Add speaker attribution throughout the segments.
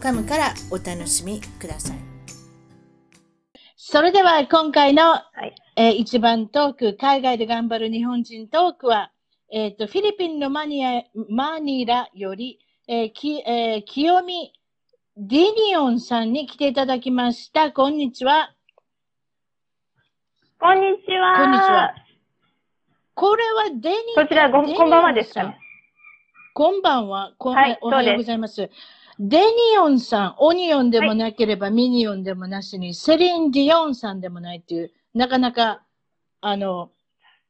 Speaker 1: .com からお楽しみくださいそれでは今回の、
Speaker 2: い
Speaker 1: えー一番トーク海外で頑張る日本人トークは、えー、とフィリピンのマニアマニラより、えーきえー清美ディニオンさんに来ていただきましたこんにちは
Speaker 2: こんにちは。
Speaker 1: こんにちは。これはデニ
Speaker 2: こちらご
Speaker 1: デニオンさ
Speaker 2: こんばんはですかね。
Speaker 1: こんばんは。こん
Speaker 2: はい
Speaker 1: おは
Speaker 2: そうで
Speaker 1: よう
Speaker 2: す
Speaker 1: ございます。デニオンさん、オニオンでもなければ、ミニオンでもなしに、セリン・ディオンさんでもないっていう、なかなか、あの、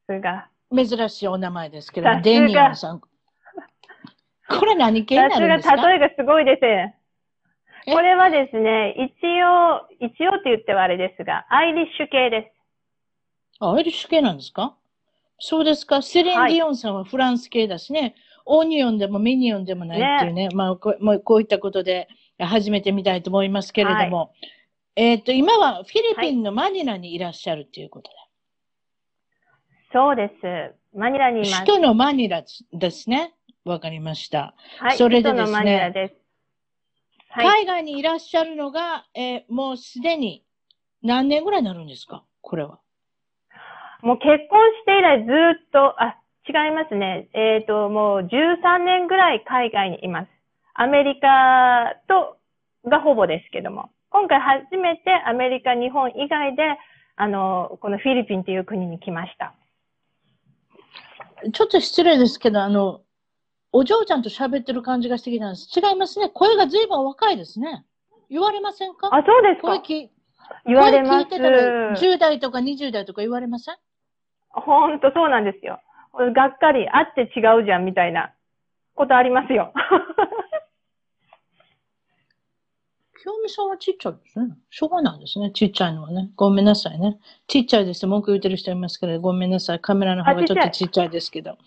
Speaker 2: さすが。
Speaker 1: 珍しいお名前ですけど
Speaker 2: さすが、
Speaker 1: デニオンさん。これ何系になるんです
Speaker 2: さすが、
Speaker 1: か
Speaker 2: 例えがすごいですね。
Speaker 1: え
Speaker 2: これはですね、一応、一応って言ってはあれですが、アイリッシュ系で
Speaker 1: あ、アイリッシュ系なんですかそうですか。セリン・ディオンさんはフランス系だしね、オニオンでもミニオンでもないっていうね、まあこう、もうこういったことで始めてみたいと思いますけれども、えっ、と、今はフィリピンのマニラにいらっしゃるということ
Speaker 2: す。そうです。マニラに
Speaker 1: で、
Speaker 2: います
Speaker 1: 首。都のマニラですね。わかりました。
Speaker 2: はい。
Speaker 1: それでですね
Speaker 2: 首都のマニラです。はい。
Speaker 1: 海外にいらっしゃるのが、えーもうすでに何年ぐらいになるんですかこれは。
Speaker 2: もう結婚して以来ずっと、あ、違いますね。えっ、と、もう13年ぐらい海外にいます。アメリカと、がほぼですけども。今回初めてアメリカ、日本以外で、あの、このフィリピンという国に来ました。
Speaker 1: ちょっと失礼ですけど、あの、お嬢ちゃんと喋ってる感じがしてきたんです。違いますね。声が随分若いですね。言われませんか
Speaker 2: あ、そうです
Speaker 1: 声
Speaker 2: か
Speaker 1: 聞
Speaker 2: 言われ
Speaker 1: 声聞
Speaker 2: ま
Speaker 1: いてたら
Speaker 2: す。
Speaker 1: 10代とか20代とか言われません
Speaker 2: ほんとそうなんですよ。がっかり、あって違うじゃんみたいなことありますよ。
Speaker 1: 清美さんはちっちゃいですね。しょうがないですね。ちっちゃいのはね。ごめんなさいね。ちっちゃいですって文句言ってる人いますから、ごめんなさい。カメラの方がちょっと
Speaker 2: あ
Speaker 1: ちっちゃいですけど。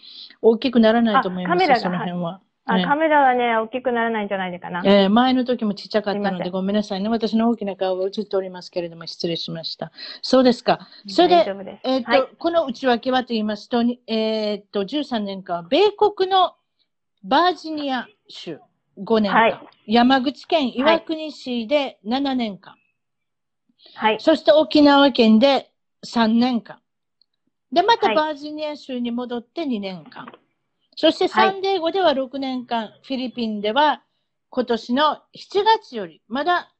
Speaker 1: 大きくならないと思います
Speaker 2: あカメラ
Speaker 1: よ、
Speaker 2: が
Speaker 1: その辺は。
Speaker 2: あ
Speaker 1: ね
Speaker 2: カメラはね、大きくならないんじゃないかな。
Speaker 1: えー前の時もちっちゃかった
Speaker 2: すい
Speaker 1: の
Speaker 2: ませ
Speaker 1: で、
Speaker 2: ん
Speaker 1: ごめんなさいね。私の大きな顔が映っておりますけれども、失礼しました。そうですか。それで
Speaker 2: 大丈、夫です。
Speaker 1: えっと
Speaker 2: はい
Speaker 1: この内訳はと言いますと、にえっと13年間は米国のバージニア州5年間、
Speaker 2: はい
Speaker 1: 山口県岩国市で7年間、
Speaker 2: はい。
Speaker 1: そして沖縄県で3年間、で、また
Speaker 2: はい
Speaker 1: バージニア州に戻って2年間、そして
Speaker 2: は
Speaker 1: サ
Speaker 2: い
Speaker 1: ンディエゴでは6年間、フィリピンでは今年の7月より、まだ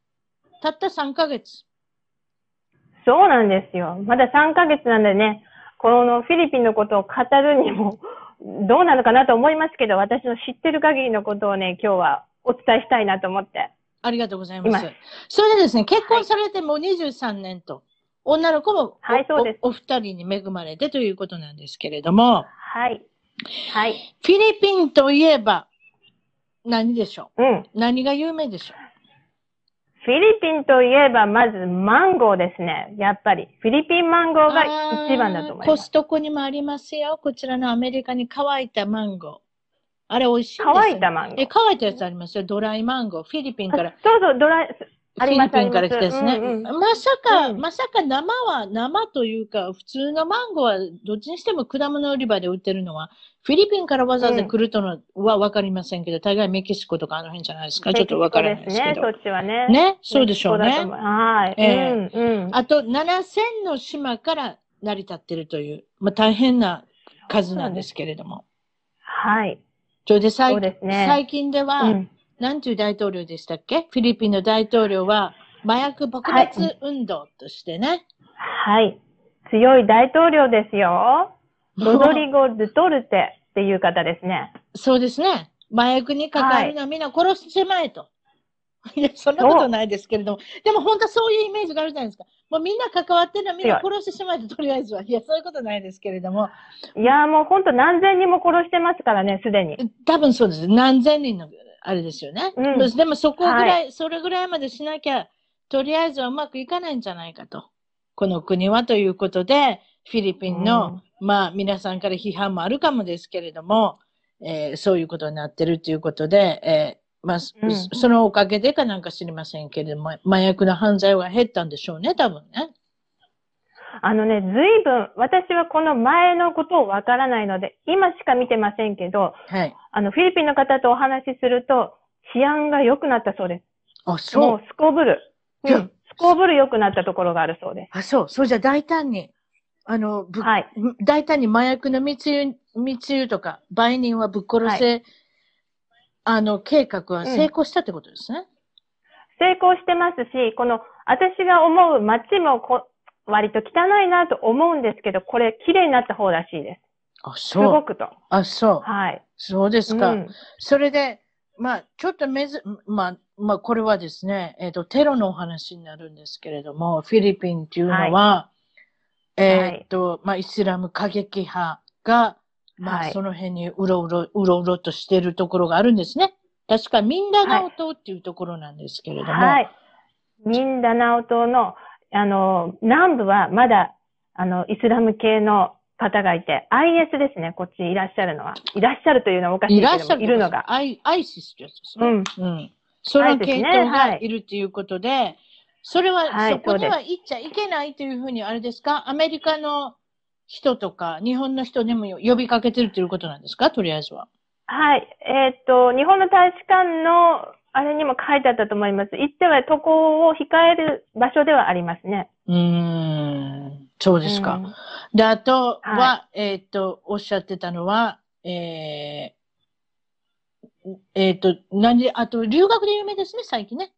Speaker 1: たった3ヶ月。
Speaker 2: そうなんですよ。まだ3ヶ月なんでね、このフィリピンのことを語るにも、どうなのかなと思いますけど、私の知ってる限りのことをね、今日はお伝えしたいなと思って。
Speaker 1: ありがとうございます
Speaker 2: いま。
Speaker 1: それでですね、結婚されてもう23年と、女の子もお,、
Speaker 2: はいそうです
Speaker 1: おお二人に恵まれてということなんですけれども、
Speaker 2: はい。はい。
Speaker 1: フィリピンといえば何でしょ
Speaker 2: うん。
Speaker 1: う何が有名でしょ
Speaker 2: フィリピンといえば、まずマンゴーですね。やっぱり。フィリピンマンゴ
Speaker 1: う
Speaker 2: ーが一番だと
Speaker 1: あー
Speaker 2: 思い
Speaker 1: コ
Speaker 2: ます。
Speaker 1: ストコにもありますよ。こちらのアメリカに乾いたマンゴー。あれ美味しいですよね
Speaker 2: 乾いたマンゴー
Speaker 1: え。乾いたやつありますよ。ドライマンゴー。フィリピンから。
Speaker 2: そうそう、ドライ、
Speaker 1: フ
Speaker 2: あ
Speaker 1: ィ
Speaker 2: り
Speaker 1: リ
Speaker 2: ます
Speaker 1: ピンから来たですね。
Speaker 2: ありますうん
Speaker 1: まさか、
Speaker 2: うん
Speaker 1: まさか生は、生というか、普通のマンゴーは、どっちにしても果物売り場で売ってるのは、フィリピンからわざわざ来るとのはわかりませんけど、大概メキシコとかあの辺じゃないですか。ちょっとわからないですけ
Speaker 2: メキシコ
Speaker 1: ど。
Speaker 2: ですね、そっちはね。
Speaker 1: ね、そうでしょう
Speaker 2: メキシ
Speaker 1: ね
Speaker 2: コだと。思はい。
Speaker 1: ええ
Speaker 2: うん、うん。
Speaker 1: あと、7000の島から成り立ってるという、まあ、大変な数なんですけれども。
Speaker 2: はい。
Speaker 1: それで最
Speaker 2: そう
Speaker 1: 近
Speaker 2: ですね。
Speaker 1: 最近では、
Speaker 2: うん
Speaker 1: なんていう大統領でしたっけフィリピンの大統領は、麻薬撲滅運動としてね。
Speaker 2: はい。強い大統領で すよ。ロドリゴ・ドゥトルテっていう方ですね。
Speaker 1: そうですね。麻薬に関わるのはみんな殺してしまえと。 い、や、そんなことないですけれども。でも本当はそういうイメージがあるじゃないですか。もうみんな関わってるのはみんな殺してしまえと、とりあえずは。いや、そういうことないですけれども。
Speaker 2: いやーもうほんと何千人も殺してますからね、すでに。
Speaker 1: 多分そうです。何千人のあれですよね。
Speaker 2: うん
Speaker 1: でもそこぐらい、それぐらいまでしなきゃ、とりあえずはうまくいかないんじゃないかと。この国はということで、フィリピンの、まあ皆さんから批判もあるかもですけれども、えーそういうことになってるということで、えーまあ、そ
Speaker 2: うん
Speaker 1: そのおかげでかなんか知りませんけれども、麻薬の犯罪は減ったんでしょうね、多分ね。
Speaker 2: あのね、ずいぶん、私はこの前のことをわからないので、今しか見てませんけど、
Speaker 1: はい。
Speaker 2: あの、フィリピンの方とお話しすると、治安が良くなったそうで
Speaker 1: あ、
Speaker 2: す。
Speaker 1: そ
Speaker 2: も
Speaker 1: う
Speaker 2: う。すこぶる。う
Speaker 1: いや
Speaker 2: ん。すこぶる良くなったところがあるそうで
Speaker 1: あ、そう。そうじゃ大胆に、あの、ぶ
Speaker 2: す。はい。
Speaker 1: 大胆に麻薬の密輸、密輸とか、売人はぶっ殺せ、あの、計画は成功したってことですね。
Speaker 2: 成功してますし、この、私が思う街もこ、割と汚いなと思うんですけど、これ、綺麗になった方らしいです。
Speaker 1: あ、
Speaker 2: すご
Speaker 1: そう。
Speaker 2: くと。
Speaker 1: あ、そう。
Speaker 2: はい。
Speaker 1: そうですか。
Speaker 2: うん
Speaker 1: それで、まあ、ちょっとめず、まあ、まあ、これはですね、えっ、と、テロのお話になるんですけれども、フィリピンっていうのは、えっ、と、まあ、イスラム過激派が、まあ、
Speaker 2: はい
Speaker 1: その辺にうろうろ、うろうろとしてるところがあるんですね。確か、ミンダナオ島っていうところなんですけれども、
Speaker 2: はい。ミンダナオ島の、あの、南部はまだ、あの、イスラム系の方がいて、IS ですね、こっちいらっしゃるのは。いらっしゃるというのはおかしい
Speaker 1: い
Speaker 2: け
Speaker 1: らっしゃ
Speaker 2: ども、
Speaker 1: る
Speaker 2: いるのが。
Speaker 1: アイアイシスってやつです
Speaker 2: う
Speaker 1: ね。
Speaker 2: ん。
Speaker 1: うん。その系統
Speaker 2: は
Speaker 1: が
Speaker 2: い
Speaker 1: いるということで、それは、
Speaker 2: はい
Speaker 1: そこに
Speaker 2: そ
Speaker 1: は行っちゃいけないというふうに、あれですかアメリカの人とか、日本の人でも呼びかけてるということなんですかとりあえずは。
Speaker 2: はい。えーっと、日本の大使館の、あれにも書いてあったと思います。行っては渡航を控える場所ではありますね。
Speaker 1: うーん。そうですか。
Speaker 2: うん
Speaker 1: で、あとは、
Speaker 2: は
Speaker 1: えーっと、おっしゃってたのは、えー、えーっと、何、あと、留学で有名ですね、最近ね。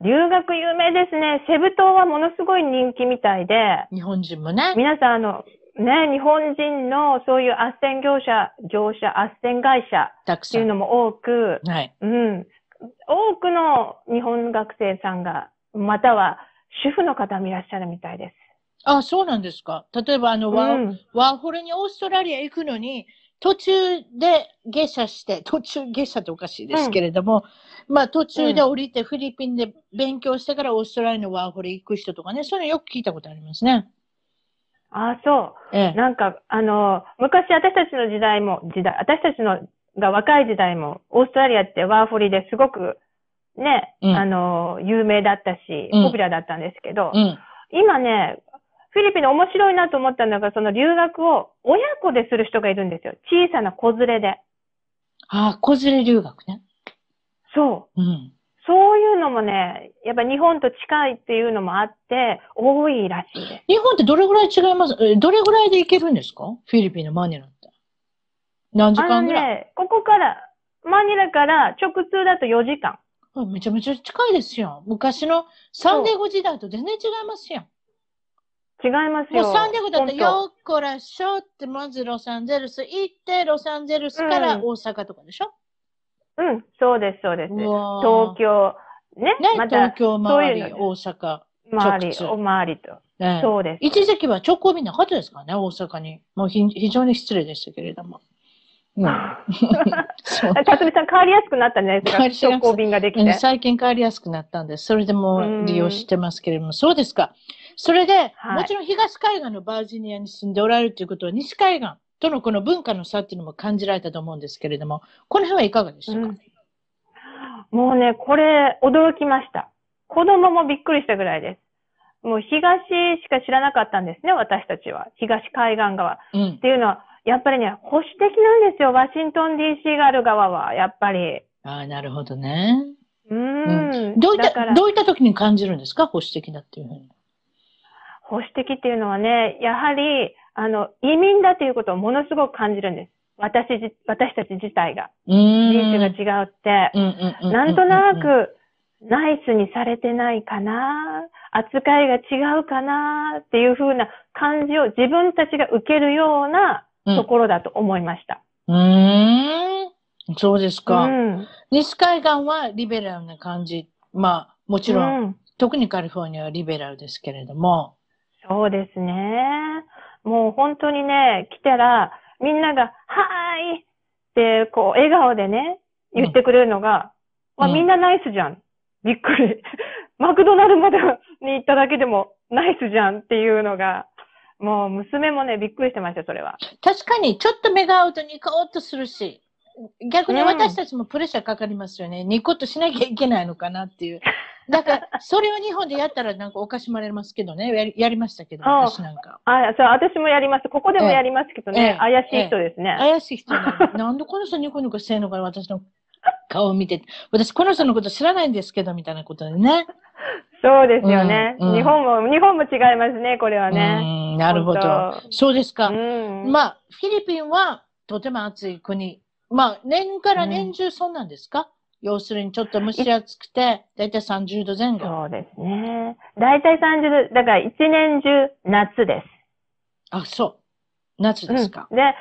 Speaker 2: 留学有名ですね。セブ島はものすごい人気みたいで、
Speaker 1: 日本人もね。
Speaker 2: 皆さん、あの、ね、日本人のそういう斡旋業者、業者、斡旋会社
Speaker 1: たく
Speaker 2: って
Speaker 1: さ。
Speaker 2: いうんのも多く、
Speaker 1: はい。
Speaker 2: うん、多くの日本学生さんが、または主婦の方もいらっしゃるみたいです。
Speaker 1: あ、そうなんですか。例えば、あの、
Speaker 2: う
Speaker 1: ワー
Speaker 2: ん、
Speaker 1: ワーホルにオーストラリア行くのに、途中で下車して、 途中下車っておかしいですけれども、まあ途中で降りてフィリピンで勉強してからオーストラリアのワーホル行く人とかね、そういうのよく聞いたことありますね。
Speaker 2: ああ、そ
Speaker 1: え
Speaker 2: う。なんか、あの、昔私たちの時代も、時代、私たちのが若い時代も、オーストラリアってワーホリですごく、ね、
Speaker 1: うん
Speaker 2: あの、有名だったし、
Speaker 1: うん
Speaker 2: ポピュラーだったんですけど、
Speaker 1: え。うん。
Speaker 2: 今ね、フィリピンの面白いなと思ったのが、その留学を親子でする人がいるんですよ。小さな子連れで。
Speaker 1: ああ、子連れ留学ね。
Speaker 2: そう。
Speaker 1: うん。
Speaker 2: そういうのもね、やっぱ日本と近いっていうのもあって、多いらしいです。
Speaker 1: 日本ってどれぐらい違いますえどれぐらいで行けるんですかフィリピンのマニラって。何時
Speaker 2: あの
Speaker 1: 間ぐらい、
Speaker 2: ね、ここから、マニラから直通だと4時間。
Speaker 1: あめちゃめちゃ近いですよ。昔のサンデーゴ時代と全然違いますよ。
Speaker 2: 違います
Speaker 1: も
Speaker 2: よ。
Speaker 1: うサンディエゴだったら、
Speaker 2: 本
Speaker 1: よっこらっしょって、まずロサンゼルス行って、ロサンゼルスから
Speaker 2: うん
Speaker 1: 大阪とかでしょ、
Speaker 2: 当うん、そうです、そうです。
Speaker 1: うわー
Speaker 2: 東京、ね、
Speaker 1: ね、
Speaker 2: ま
Speaker 1: 東
Speaker 2: た、
Speaker 1: 京周り、
Speaker 2: そういうの
Speaker 1: 大阪。
Speaker 2: 周
Speaker 1: 直
Speaker 2: り、
Speaker 1: 通
Speaker 2: お周りと。
Speaker 1: ね、
Speaker 2: そうです。
Speaker 1: 一時期は直行便なかったですからね、大阪に。もうひ非常に失礼でしたけれども。うん、そう
Speaker 2: あ 辰巳さん、変わりやすくなったんじゃないで す
Speaker 1: 変わり
Speaker 2: か
Speaker 1: やすくな
Speaker 2: 直
Speaker 1: った
Speaker 2: 行便ができ
Speaker 1: うん
Speaker 2: て。
Speaker 1: 最近帰りやすくなったんです。それでもう利用してますけれども、そうですか。それで、
Speaker 2: はい
Speaker 1: もちろん東海岸のバージニアに住んでおられるということは、西海岸とのこの文化の差っていうのも感じられたと思うんですけれども、この辺はいかがでしたか、
Speaker 2: うんもうね、これ、驚きました。子供もびっくりしたぐらいです。もう東しか知らなかったんですね、私たちは。東海岸側。
Speaker 1: うん
Speaker 2: っ。ていうのは、やっぱりね、保守的なんですよ、ワシントン DC がある側は、やっぱり。
Speaker 1: ああ、なるほどね。
Speaker 2: うーん。
Speaker 1: どういっ
Speaker 2: だか
Speaker 1: た、
Speaker 2: ら、
Speaker 1: どういった時に感じるんですか保守的だっていうふうに。
Speaker 2: 保守的っていうのはね、やはり、あの、移民だということをものすごく感じるんです。私じ、私たち自体が。
Speaker 1: うーん。
Speaker 2: 人種が違うって。
Speaker 1: うんうんうん。
Speaker 2: なんとな
Speaker 1: うん。
Speaker 2: く、ナイスにされてないかな扱いが違うかなっていう風な感じを自分たちが受けるような
Speaker 1: うん
Speaker 2: ところだと思いました。
Speaker 1: うーん。そうです
Speaker 2: う
Speaker 1: か。
Speaker 2: ん。
Speaker 1: 西海岸はリベラルな感じ。まあ、もちろん、
Speaker 2: うん
Speaker 1: 特にカリフォルニアはリベラルですけれども。
Speaker 2: そうですね。もう本当にね、来たら、みんなが、はーいって、こう、笑顔でね、言ってくれるのが、
Speaker 1: うん
Speaker 2: わ、みんなナイスじゃん。びっくり。 マクドナルドまでに行っただけでもナイスじゃんっていうのが、もう娘もね、びっくりしてました、それは。
Speaker 1: 確かに、ちょっと目が合うとニコッとするし、逆に
Speaker 2: うん
Speaker 1: 私たちもプレッシャーかかりますよね。ニコッとしなきゃいけないのかなっていう。だから、それを日本でやったらなんかおかしまれますけどね。やりやりましたけど、
Speaker 2: ああ
Speaker 1: 私なんか。
Speaker 2: あ、そう、私もやります。ここでもやりますけど
Speaker 1: え
Speaker 2: ね
Speaker 1: え、
Speaker 2: 怪しい人ですね。
Speaker 1: 怪しい人なの。なんでこの人ニコニコしてんのかな、私の顔を見て。私、この人のこと知らないんですけど、みたいなことでね。
Speaker 2: そうですよね。
Speaker 1: うんうん
Speaker 2: 日本も、日本も違いますね、これはね。
Speaker 1: うん、なるほど。
Speaker 2: 本
Speaker 1: そうです
Speaker 2: 当
Speaker 1: か。
Speaker 2: うん。
Speaker 1: まあ、フィリピンはとても暑い国。まあ、年から年中そうなんですか、要するにちょっと蒸し暑くて、だいたい30度前後。
Speaker 2: そうですね。大体30度、だから一年中夏です。
Speaker 1: あ、そう。夏ですか。
Speaker 2: うん、で、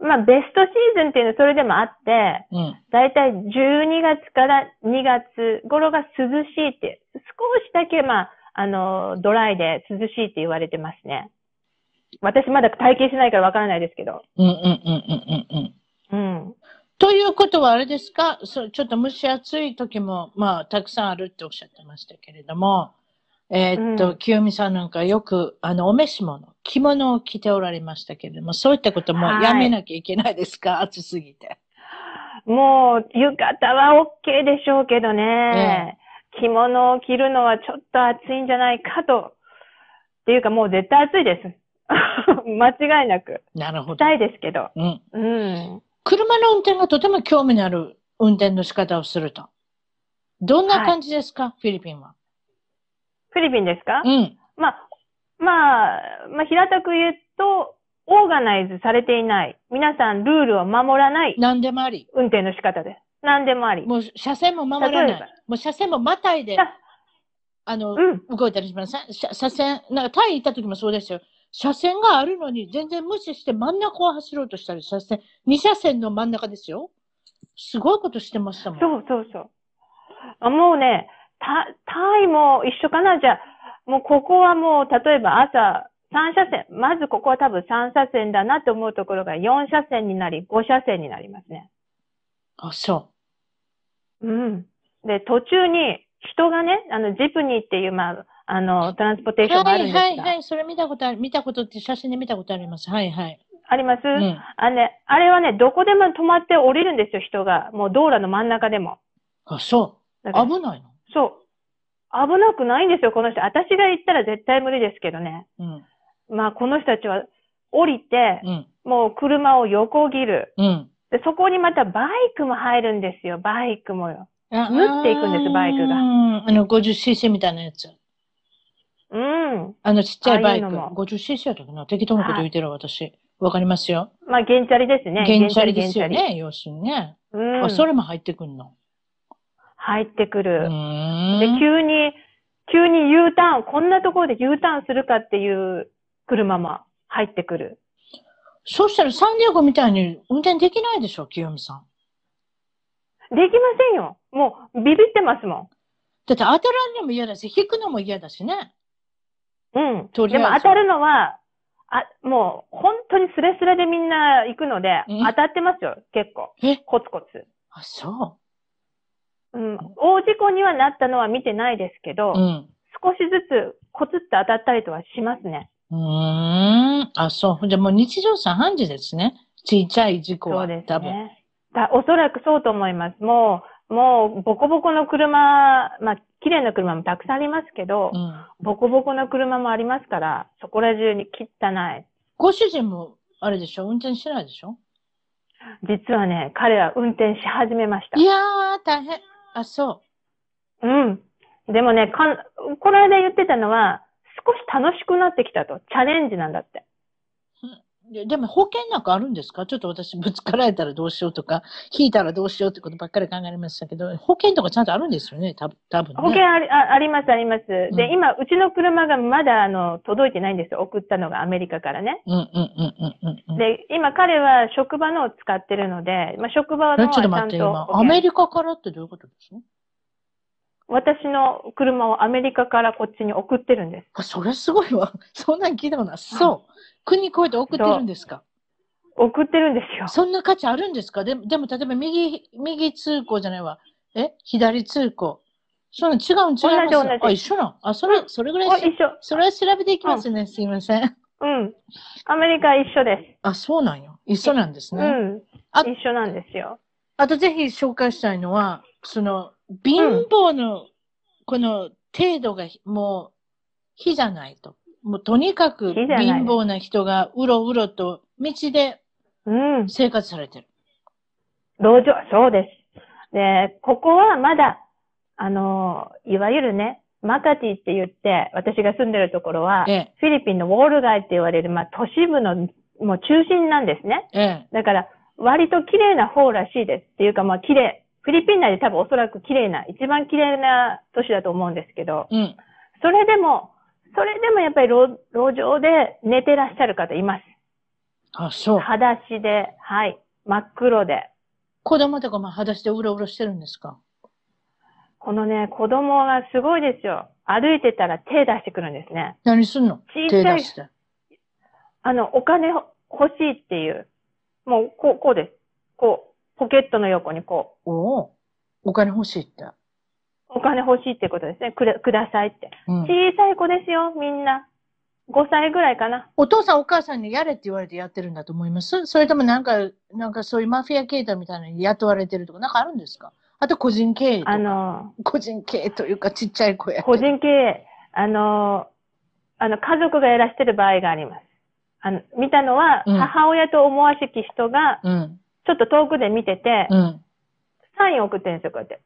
Speaker 2: まあ、ベストシーズンっていうのはそれでもあって、
Speaker 1: うん。
Speaker 2: だいたい12月から2月頃が涼しいって、少しだけ、まあ、あの、ドライで涼しいって言われてますね。私まだ体験してないからわからないですけど。
Speaker 1: うんうんうんうんうんうん。
Speaker 2: うん。
Speaker 1: ということはあれですかそうちょっと蒸し暑い時も、まあ、たくさんあるっておっしゃってましたけれども、えーっと、
Speaker 2: うん
Speaker 1: 清美さんなんかよく、あの、お召し物、着物を着ておられましたけれども、そういったこともやめなきゃいけないですか、暑すぎて。
Speaker 2: もう、浴衣は OK でしょうけどね、着物を着るのはちょっと暑いんじゃないかと。っていうかもう絶対暑いです。 間違いなく。
Speaker 1: なるほど。
Speaker 2: したいですけど。
Speaker 1: うん。
Speaker 2: うん。
Speaker 1: 車の運転がとても興味のある運転の仕方をすると。どんな感じですか、フィリピンは。
Speaker 2: フィリピンですか
Speaker 1: うん。
Speaker 2: まあ、まあ、まあ、平たく言うと、オーガナイズされていない。皆さんルールを守らない
Speaker 1: 何でもあり。
Speaker 2: 運転の仕方です。何でもあり。
Speaker 1: もう車線も守ら
Speaker 2: 例
Speaker 1: な
Speaker 2: え
Speaker 1: い
Speaker 2: ば。
Speaker 1: もう車線もまたいで
Speaker 2: あ、
Speaker 1: あの、
Speaker 2: うん。
Speaker 1: 動いたりしません。車車線、なんかタイ行った時もそうですよ。車線があるのに全然無視して真ん中を走ろうとしたり、車線、二車線の真ん中ですよ。すごいことしてましたもん。
Speaker 2: そうそうそう。あもうね、タタイも一緒かなじゃあ、もうここはもう、例えば朝、3車線。まずここは多分3車線だなと思うところが4車線になり、5車線になりますね。
Speaker 1: あ、そ
Speaker 2: うん。で、途中に人がね、あの、ジプニーっていう、まあ、あの、トランスポ
Speaker 1: う。
Speaker 2: テーションがあ
Speaker 1: は
Speaker 2: る
Speaker 1: い
Speaker 2: んですが、
Speaker 1: はいはい。それ見たことある、見たことって写真で見たことあります。はいはい。
Speaker 2: あります、
Speaker 1: うん。
Speaker 2: あね、あれはね、どこでも止まって降りるんですよ、人が。もう道路の真ん中でも。
Speaker 1: あ、そ
Speaker 2: だ
Speaker 1: う。
Speaker 2: から
Speaker 1: 危ないの。
Speaker 2: そう。危なくないんですよ、この人。私が行ったら絶対無理ですけどね。
Speaker 1: うん。
Speaker 2: まあ、この人たちは降りて、
Speaker 1: うん。
Speaker 2: もう車を横切る。
Speaker 1: うん。
Speaker 2: で、そこにまたバイクも入るんですよ、バイクもよ。
Speaker 1: あ
Speaker 2: 縫っていくんですバイクが
Speaker 1: うん。あの、50cc みたいなやつ。
Speaker 2: うん。
Speaker 1: あの、ちっちゃいバイク。
Speaker 2: ああいうのも
Speaker 1: 50cc やったかな適当なこと言ってるわ、私。わかりますよ。
Speaker 2: まあ、ゲンチャリですね。
Speaker 1: 原チャリですよ
Speaker 2: 原チ
Speaker 1: ね、要するにね。
Speaker 2: ャリ。うん。
Speaker 1: あ、それも入ってくんの。
Speaker 2: 入ってく
Speaker 1: う
Speaker 2: る。で
Speaker 1: ー、ん。
Speaker 2: 急に、急に U ターン、こんなところで U ターンするかっていう車も入ってくる。
Speaker 1: そうしたらサンディエゴみたいに運転できないでしょ、清美さん。
Speaker 2: できませんよ。もう、ビビってますも
Speaker 1: だって当たらんのも嫌だし、引くのも嫌だしね。
Speaker 2: ん。うん。
Speaker 1: とりあ
Speaker 2: で
Speaker 1: えず
Speaker 2: も当たるのは、あ、もう、本当にスレスレでみんな行くので
Speaker 1: うん、
Speaker 2: 当たってますよ、結構。
Speaker 1: え
Speaker 2: コツコツ。
Speaker 1: あ、そ
Speaker 2: うん。大事故にはなったのは見てないですけど、
Speaker 1: う。うん。
Speaker 2: 少しずつコツって当たったりとはしますね。
Speaker 1: うーん。あ、そう。じゃあもう日常茶飯事ですね。ちっちゃい事故
Speaker 2: そう
Speaker 1: は、
Speaker 2: です
Speaker 1: 多分。
Speaker 2: ね。だおそらくそうと思います。もう、もう、ボコボコの車、まあ、綺麗な車もたくさんありますけど、
Speaker 1: うん。
Speaker 2: ボコボコの車もありますから、そこら中に汚い。
Speaker 1: ご主人も、あれでしょ運転しないでしょ
Speaker 2: 実はね、彼は運転し始めました
Speaker 1: い。やー、大変。あ、そ
Speaker 2: うん。でもね、かん、この間言ってたのは、少し楽しくなってきたと。チャレンジなんだって。
Speaker 1: う。ででも保険なんかあるんですかちょっと私ぶつかられたらどうしようとか、引いたらどうしようってことばっかり考えましたけど、保険とかちゃんとあるんですよね多分多分ね。
Speaker 2: 保険あり、ああります、あります。
Speaker 1: うん
Speaker 2: で、今、うちの車がまだ、あの、届いてないんですよ。送ったのがアメリカからね。
Speaker 1: うんうんうんうんうんうん。
Speaker 2: で、今、彼は職場のを使ってるので、まあ、職場の
Speaker 1: え
Speaker 2: は
Speaker 1: ちょっと
Speaker 2: ちゃ
Speaker 1: 待っ
Speaker 2: ん
Speaker 1: て、
Speaker 2: と
Speaker 1: 今。
Speaker 2: 保
Speaker 1: アメリ
Speaker 2: 険。
Speaker 1: カからってどういうことですか
Speaker 2: 私の車をアメリカからこっちに送ってるんです。
Speaker 1: あそれすごいわ。そんなん聞いたことない。そう。国越えて送ってるんですか
Speaker 2: 送ってるんですよ。
Speaker 1: そんな価値あるんですかでも、でも例えば右、右通行じゃないわ。え左通行。その違うん違います
Speaker 2: 同じ同じ
Speaker 1: あ、一緒なんあ、それ、それぐ
Speaker 2: お
Speaker 1: らいし、
Speaker 2: 一緒。
Speaker 1: それは調べていきますね。すいません。
Speaker 2: うん。アメリカ一緒です。
Speaker 1: あ、そうなんよ。一緒なんです
Speaker 2: う
Speaker 1: ね。
Speaker 2: ん。
Speaker 1: あ
Speaker 2: 一緒なんですよ。
Speaker 1: あとぜひ紹介したいのは、その、貧乏の、この程度がひもう、火じゃないと。もうとにかく
Speaker 2: 非じゃ
Speaker 1: 貧
Speaker 2: ない
Speaker 1: 乏な人がうろうろと道で
Speaker 2: うん。
Speaker 1: 生活されてる。
Speaker 2: 同情、そうです。で、ここはまだ、あの、いわゆるね、マカティって言って、私が住んでるところは、
Speaker 1: え
Speaker 2: フィリピンのウォール街って言われる、まあ、都市部の、もう中心なんですね。
Speaker 1: え、え
Speaker 2: だから、割と綺麗な方らしいです。っていうか、まあ、綺麗。フィリピン内で多分おそらく綺麗な、一番綺麗な都市だと思うんですけど、
Speaker 1: え、うん。
Speaker 2: それでも、それでもやっぱり路路上で寝てらっしゃる方います。
Speaker 1: あ、そう。
Speaker 2: 裸足で、はい、真っ黒で。
Speaker 1: 子供とかも裸足でうろうろしてるんですか
Speaker 2: このね、子供がすごいですよ。歩いてたら手出してくるんですね。
Speaker 1: 何すんの
Speaker 2: 小
Speaker 1: 手
Speaker 2: さい
Speaker 1: 出して。
Speaker 2: あの、お金ほ欲しいっていう。もう、こう、こうです。こう、ポケットの横にこ
Speaker 1: おおうお金欲しいって。
Speaker 2: う、お金欲しいっていうことですね。くれ、くださいって。
Speaker 1: うん。
Speaker 2: 小さい子ですよ、みんな。5歳ぐらいかな。
Speaker 1: お父さんお母さんにやれって言われてやってるんだと思いますそれともなんか、なんかそういうマフィア系統みたいなのに雇われてるとか、なんかあるんですかあと個人経営とか。
Speaker 2: あの、
Speaker 1: 個人経営というかちっちゃい子や。
Speaker 2: 個人経営、あの、あの、家族がやらしてる場合があります。あの、見たのは、
Speaker 1: うん
Speaker 2: 母親と思わしき人が、
Speaker 1: うん。
Speaker 2: ちょっと遠くで見てて、
Speaker 1: うん。
Speaker 2: サイン送ってるんですよ、こうやって。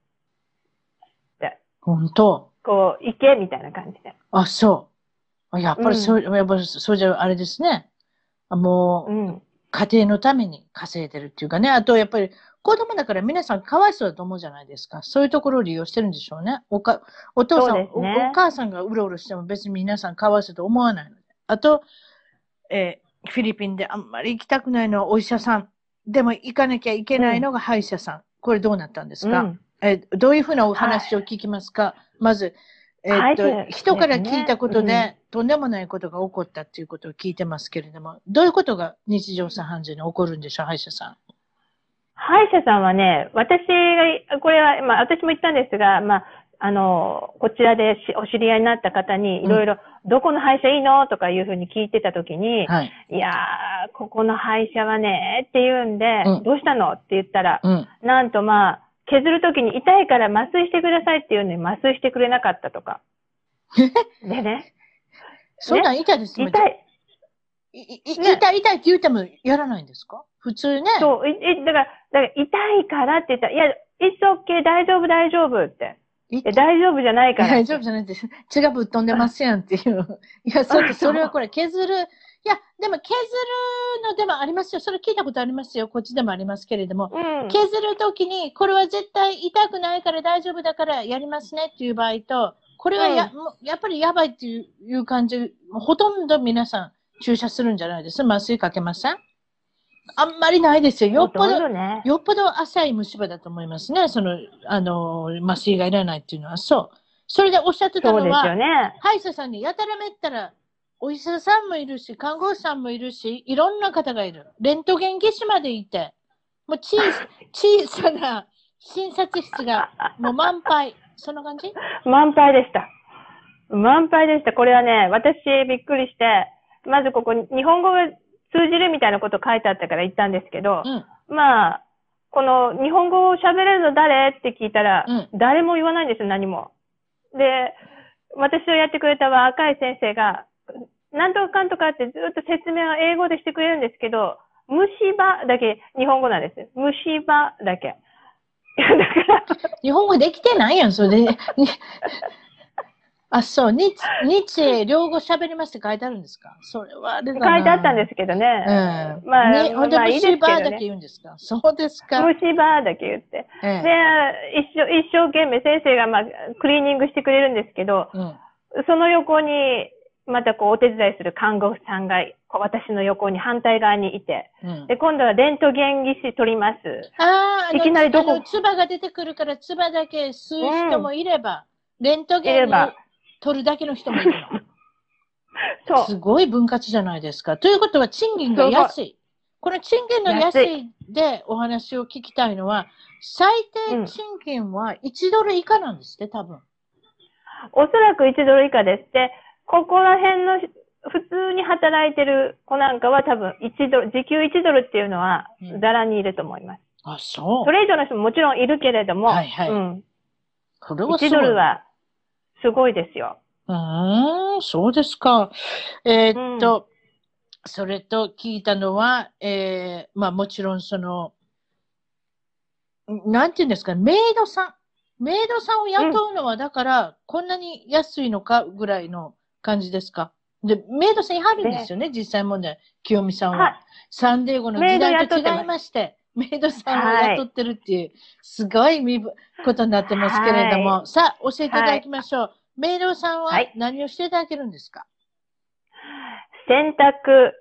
Speaker 1: 本当
Speaker 2: こう、行け、みたいな感じで。
Speaker 1: あ、そう。あやっぱりそう、やっぱりそうじゃ、あれですね。あも
Speaker 2: う
Speaker 1: う、
Speaker 2: ん。
Speaker 1: 家庭のために稼いでるっていうかね。あと、やっぱり、子供だから皆さんかわいそうだと思うじゃないですか。そういうところを利用してるんでしょうね。おか、お父さん、
Speaker 2: そうです
Speaker 1: お
Speaker 2: ね
Speaker 1: お母さんがうろうろしても別に皆さんかわいそうと思わないので。あと、えーフィリピンであんまり行きたくないのはお医者さん。でも行かなきゃいけないのが歯医者さん。これどうなったんですか、
Speaker 2: うん
Speaker 1: えーどういうふうなお話を聞きますか、まず、えー
Speaker 2: はい
Speaker 1: っと、
Speaker 2: そうですね
Speaker 1: 人から聞いたことで、
Speaker 2: うん
Speaker 1: とんでもないことが起こったっていうことを聞いてますけれども、どういうことが日常茶飯事に起こるんでしょう、歯医者さん。
Speaker 2: 歯医者さんはね、私が、これは、まあ、私も言ったんですが、まあ、あの、こちらでしお知り合いになった方に、いろいろ、どこの歯医者いいのとかいうふうに聞いてたときに、
Speaker 1: はい。
Speaker 2: いやー、ここの歯医者はね、って言うんで、
Speaker 1: うん
Speaker 2: どうしたのって言ったら、
Speaker 1: うん。
Speaker 2: なんとまあ、削るときに痛いから麻酔してくださいって言うのに麻酔してくれなかったと か。でね、
Speaker 1: そんなん痛いです
Speaker 2: 痛
Speaker 1: もん、
Speaker 2: い
Speaker 1: いいい
Speaker 2: ね
Speaker 1: 痛い痛いって言ってもやらないんですか普通ね。
Speaker 2: そう、いいだから、だから痛いからって言ったら、いや、it's okay, 大丈夫、大丈夫って。
Speaker 1: い
Speaker 2: いや大丈夫じゃないから。
Speaker 1: 大丈夫じゃないって、血がぶっ飛んでますやんっていう。いや、それ、
Speaker 2: あそう
Speaker 1: それはこれ、削る。いや、でも削るのでもありますよ。それ聞いたことありますよ。こっちでもありますけれども。
Speaker 2: うん。
Speaker 1: 削るときに、これは絶対痛くないから大丈夫だからやりますねっていう場合と、これはや,
Speaker 2: う
Speaker 1: もう、やっぱりやばいっていういう感じ、ほとんど皆さん注射するんじゃないです麻酔かけませんあんまりないですよ。よっぽ
Speaker 2: ほとん
Speaker 1: ど、
Speaker 2: ね。
Speaker 1: よっぽど浅い虫歯だと思いますね。その、あの、麻酔がいらないっていうのは、そう。それでおっしゃってた
Speaker 2: そう
Speaker 1: の
Speaker 2: ですよ
Speaker 1: は、
Speaker 2: ね。
Speaker 1: 歯医者さんにやたらめったら、お医者さんもいるし、看護師さんもいるし、いろんな方がいる。レントゲン技師までいて、もう小 さ小さな診察室がもう満杯。そんな感じ
Speaker 2: 満杯でした。満杯でした。これはね、私びっくりして、まずここに日本語が通じるみたいなこと書いてあったから行ったんですけど
Speaker 1: う、ん。
Speaker 2: まあ、この日本語を喋れるの誰って聞いたら、
Speaker 1: うん
Speaker 2: 誰も言わないんですよ、何も。で、私をやってくれた若い先生が、なんとかかんとかってずっと説明を英語でしてくれるんですけど、虫歯だけ、日本語なんです。虫歯だけ。 だから、
Speaker 1: 日本語できてないやん、それで。 にあ、そう、日、日英両語喋りますって書いてあるんですかそれはあれだな
Speaker 2: 書いてあったんですけどね。
Speaker 1: うん。
Speaker 2: まあ、
Speaker 1: ね、ほんで、
Speaker 2: まあいいです
Speaker 1: 虫
Speaker 2: けど
Speaker 1: 歯だけ
Speaker 2: ね。
Speaker 1: 言うんですか、そうですか。
Speaker 2: 虫歯だけ言って。
Speaker 1: え
Speaker 2: で
Speaker 1: え、
Speaker 2: 一生、一生懸命先生が、まあ、クリーニングしてくれるんですけど、
Speaker 1: うん。
Speaker 2: その横に、またこう、お手伝いする看護婦さんが、こう私の横に反対側にいて、
Speaker 1: うん。
Speaker 2: で、今度はレントゲン技師取ります。
Speaker 1: ああ、あの
Speaker 2: いきなりどこ
Speaker 1: あの唾が出てくるから、唾だけ吸う人もいれば、レント
Speaker 2: い
Speaker 1: ゲ
Speaker 2: れ
Speaker 1: ン
Speaker 2: ば
Speaker 1: 取るだけの人もいるの。
Speaker 2: そ
Speaker 1: すごい分割じゃないですか。ということは、賃金が安い。この賃金の安いでお話を聞きたいのは、最低賃金は1ドル以下なんですって、多分。
Speaker 2: おそらく1ドル以下です。で、ここら辺の普通に働いてる子なんかは多分1ドル、時給1ドルっていうのは
Speaker 1: うん
Speaker 2: ざらにいると思います。
Speaker 1: あ、そ
Speaker 2: それ以上の人ももちろんいるけれども、
Speaker 1: はいはい
Speaker 2: うん、
Speaker 1: う。これはそう
Speaker 2: 1ドルはすごいですよ。
Speaker 1: うーん、そうですか。えーっと、それと聞いたのは、えー、まあもちろんその、んなんていうんですか、メイドさん。メイドさんを雇うのは、だから、こんなに安いのかぐらいの感じですか。で、メイドさんいはるんですよね、実際問題。清美さんは。
Speaker 2: はい
Speaker 1: サンディエゴの時代と違いまして、メイドさんを雇ってるっていう、すごい見ぶことになってますけれども、
Speaker 2: は
Speaker 1: さあ、教えていただきましょう。メイドさんは
Speaker 2: はい
Speaker 1: 何をしていただけるんですか、
Speaker 2: 洗濯、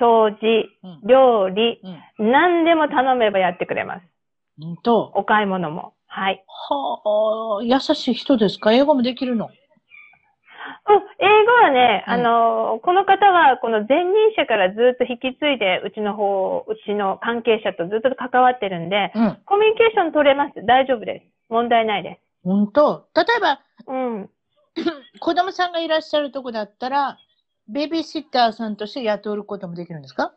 Speaker 2: 掃除、
Speaker 1: うん
Speaker 2: 料理、
Speaker 1: うん
Speaker 2: 何でも頼めばやってくれます。
Speaker 1: うんと、
Speaker 2: お買い物も。はい。
Speaker 1: はあ、優しい人ですか英語もできるの
Speaker 2: うん、英語はね、
Speaker 1: うん
Speaker 2: あの、この方は、この前任者からずっと引き継いで、うちの方、うちの関係者とずっと関わってるんで、
Speaker 1: うん。
Speaker 2: コミュニケーション取れます。大丈夫です。問題ないで
Speaker 1: うんと、例えば、
Speaker 2: す。うん。
Speaker 1: 子供さんがいらっしゃるとこだったら、ベビーシッターさんとして雇うこともできるんですか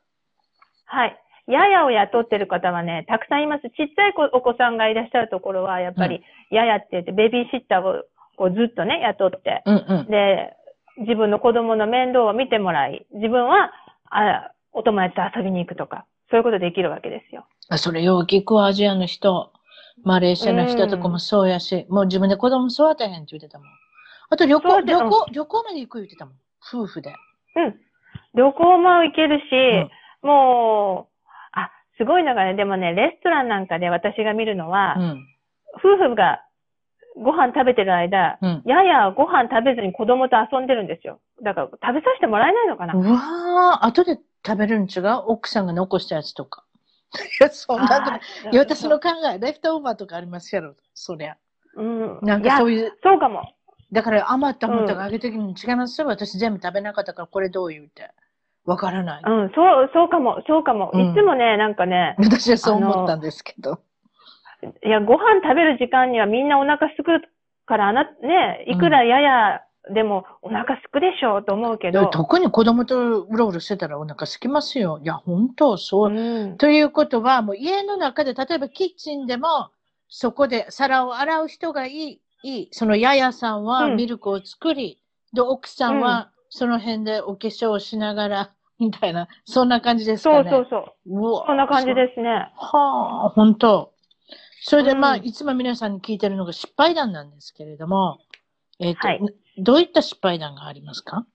Speaker 2: はい。ややを雇ってる方はね、たくさんいます。ちっちゃい子お子さんがいらっしゃるところは、やっぱり、ややって言って、ベビーシッターをこうずっとね、雇って、
Speaker 1: うんうん。
Speaker 2: で、自分の子供の面倒を見てもらい、自分は、あお友達と遊びに行くとか、そういうことできるわけですよ。
Speaker 1: あそれよう聞くわアジアの人、マレーシアの人とかもそうやし、もう自分で子供育てへんって言ってたもん。あと旅
Speaker 2: そ
Speaker 1: 行、
Speaker 2: うで
Speaker 1: 旅行、旅行まで行く言ってたもん。夫婦で。
Speaker 2: 旅行も行けるし、もう、あ、すごいのがね、でもね、レストランなんかで私が見るのは、
Speaker 1: うん。
Speaker 2: 夫婦がご飯食べてる間、
Speaker 1: うん。
Speaker 2: ややご飯食べずに子供と遊んでるんですよ。だから食べさせてもらえないのかな、
Speaker 1: うわー、後で食べるん違う奥さんが残したやつとか。 いや、そんなことない。いや私の考え、レフトオーバーとかありますやろ、そりゃ。
Speaker 2: うん。
Speaker 1: なんかそ
Speaker 2: いう
Speaker 1: いう、
Speaker 2: やそうかも。
Speaker 1: だから余ったものとかあげてきに違いますよ、私全部食べなかったからこれどう言うて。わからない。
Speaker 2: うん、そう、そうかも、そうかも。
Speaker 1: うん
Speaker 2: いつもね、なんかね、
Speaker 1: 私はそう思ったんですけど。
Speaker 2: いや、ご飯食べる時間にはみんなお腹すくから、あな、ね、いくらややでもお腹すくでしょうと思うけ
Speaker 1: いや
Speaker 2: ど。
Speaker 1: 特に子供とうろうろしてたらお腹空きますよ。いや、本当そうう。
Speaker 2: ん。
Speaker 1: ということは、もう家の中で、例えばキッチンでも、そこで皿を洗う人がいい、いいそのややさんは
Speaker 2: うん
Speaker 1: ミルクを作り、で、奥さんはその辺でお化粧をしながら、 みたいな、そんな感じです
Speaker 2: そ
Speaker 1: か
Speaker 2: う
Speaker 1: ね。
Speaker 2: そうそう。
Speaker 1: うわ
Speaker 2: そんな感じ
Speaker 1: す。
Speaker 2: ですね。
Speaker 1: はあ、本当それでまあ、
Speaker 2: うん
Speaker 1: いつも皆さんに聞いてるのが失敗談なんですけれども、えっ、と、
Speaker 2: はい
Speaker 1: どういった失敗談がありますか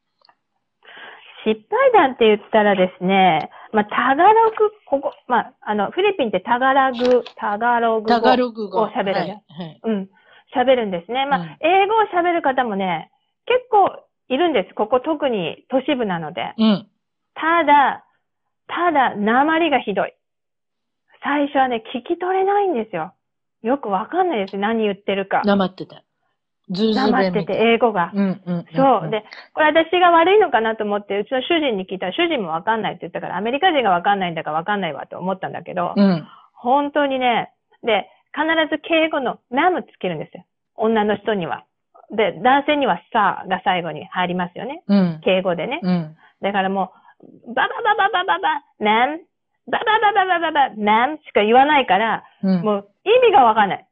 Speaker 2: 失敗談って言ったらですね、まあ、タガログ、ここ、まあ、あの、フィリピンってタガラグ、タガログ語。
Speaker 1: タガログ語。
Speaker 2: を喋る
Speaker 1: はい
Speaker 2: ね
Speaker 1: はい
Speaker 2: うん。喋るんですね。まあ、
Speaker 1: うん
Speaker 2: 英語を喋る方もね、結構いるんです。ここ特に都市部なので。
Speaker 1: うん。
Speaker 2: ただ、ただ、鉛がひどい。最初はね、聞き取れないんですよ。よくわかんないです。何言ってるか。
Speaker 1: 黙ってた。ずうずう
Speaker 2: 黙
Speaker 1: 弁
Speaker 2: って
Speaker 1: み
Speaker 2: て、
Speaker 1: たい。
Speaker 2: 英語が。
Speaker 1: うんうんん。
Speaker 2: そう。で、これ私が悪いのかなと思って、うちの主人に聞いたら、主人もわかんないって言ったから、アメリカ人がわかんないんだからわかんないわと思ったんだけど、
Speaker 1: うん。
Speaker 2: 本当にね、で、必ず敬語のナムつけるんですよ。女の人には。で、男性にはさが最後に入りますよね。
Speaker 1: うん。
Speaker 2: 敬語でね。
Speaker 1: うん。
Speaker 2: だからもう、バババババババ、ナム、バババババババ、ナムしか言わないから、
Speaker 1: うん。
Speaker 2: もう意味がわかんない。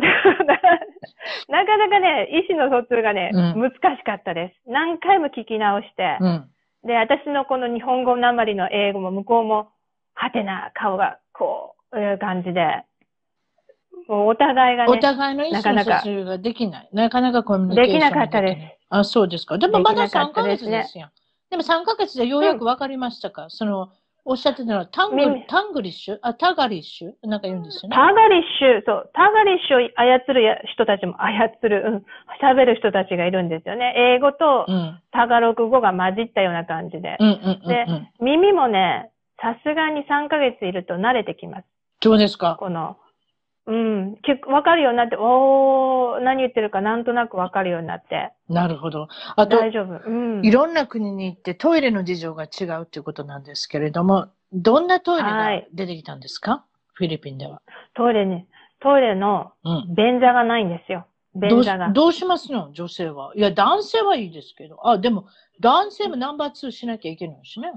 Speaker 2: なかなかね、意思の疎通がね、
Speaker 1: うん
Speaker 2: 難しかったです。何回も聞き直して、
Speaker 1: うん。
Speaker 2: で、私のこの日本語なまりの英語も向こうも、はてな顔がこういう感じで、もうお互いが
Speaker 1: お
Speaker 2: ね、
Speaker 1: 互いの意思の疎通ができない。なかなかコミュニケーションが
Speaker 2: できなかったです
Speaker 1: す。あ、そうですか。でもまだ
Speaker 2: できなか
Speaker 1: 3
Speaker 2: った
Speaker 1: ヶ
Speaker 2: で
Speaker 1: 月
Speaker 2: すね
Speaker 1: ですやん。でも3ヶ月でようやくわかりましたかその、おっしゃってたのはタング
Speaker 2: 耳、
Speaker 1: タングリッシュあ、タガリッシュなんか言うんですよね。
Speaker 2: タガリッシュ、そう、タガリッシュを操るや人たちも操る、うん、喋る人たちがいるんですよね。英語と
Speaker 1: うん。
Speaker 2: タガログ語が混じったような感じで
Speaker 1: う。んうんうんうん。
Speaker 2: 耳もね、さすがに3ヶ月いると慣れてきます。
Speaker 1: どうですか
Speaker 2: この、うん、結構わかるようになって、おー、何言ってるかなんとなくわかるようになって。
Speaker 1: なるほど。あと、
Speaker 2: 大丈夫。うん。
Speaker 1: いろんな国に行ってトイレの事情が違うということなんですけれども、どんなトイレ
Speaker 2: は
Speaker 1: が
Speaker 2: い
Speaker 1: 出てきたんですか、フィリピンでは。
Speaker 2: トイレに、トイレの
Speaker 1: うん。
Speaker 2: 便座がないんですよ。便
Speaker 1: どうし
Speaker 2: 座が。
Speaker 1: どうしますの女性は。いや、男性はいいですけど。あ、でも、男性もナンバー2しなきゃいけないしね。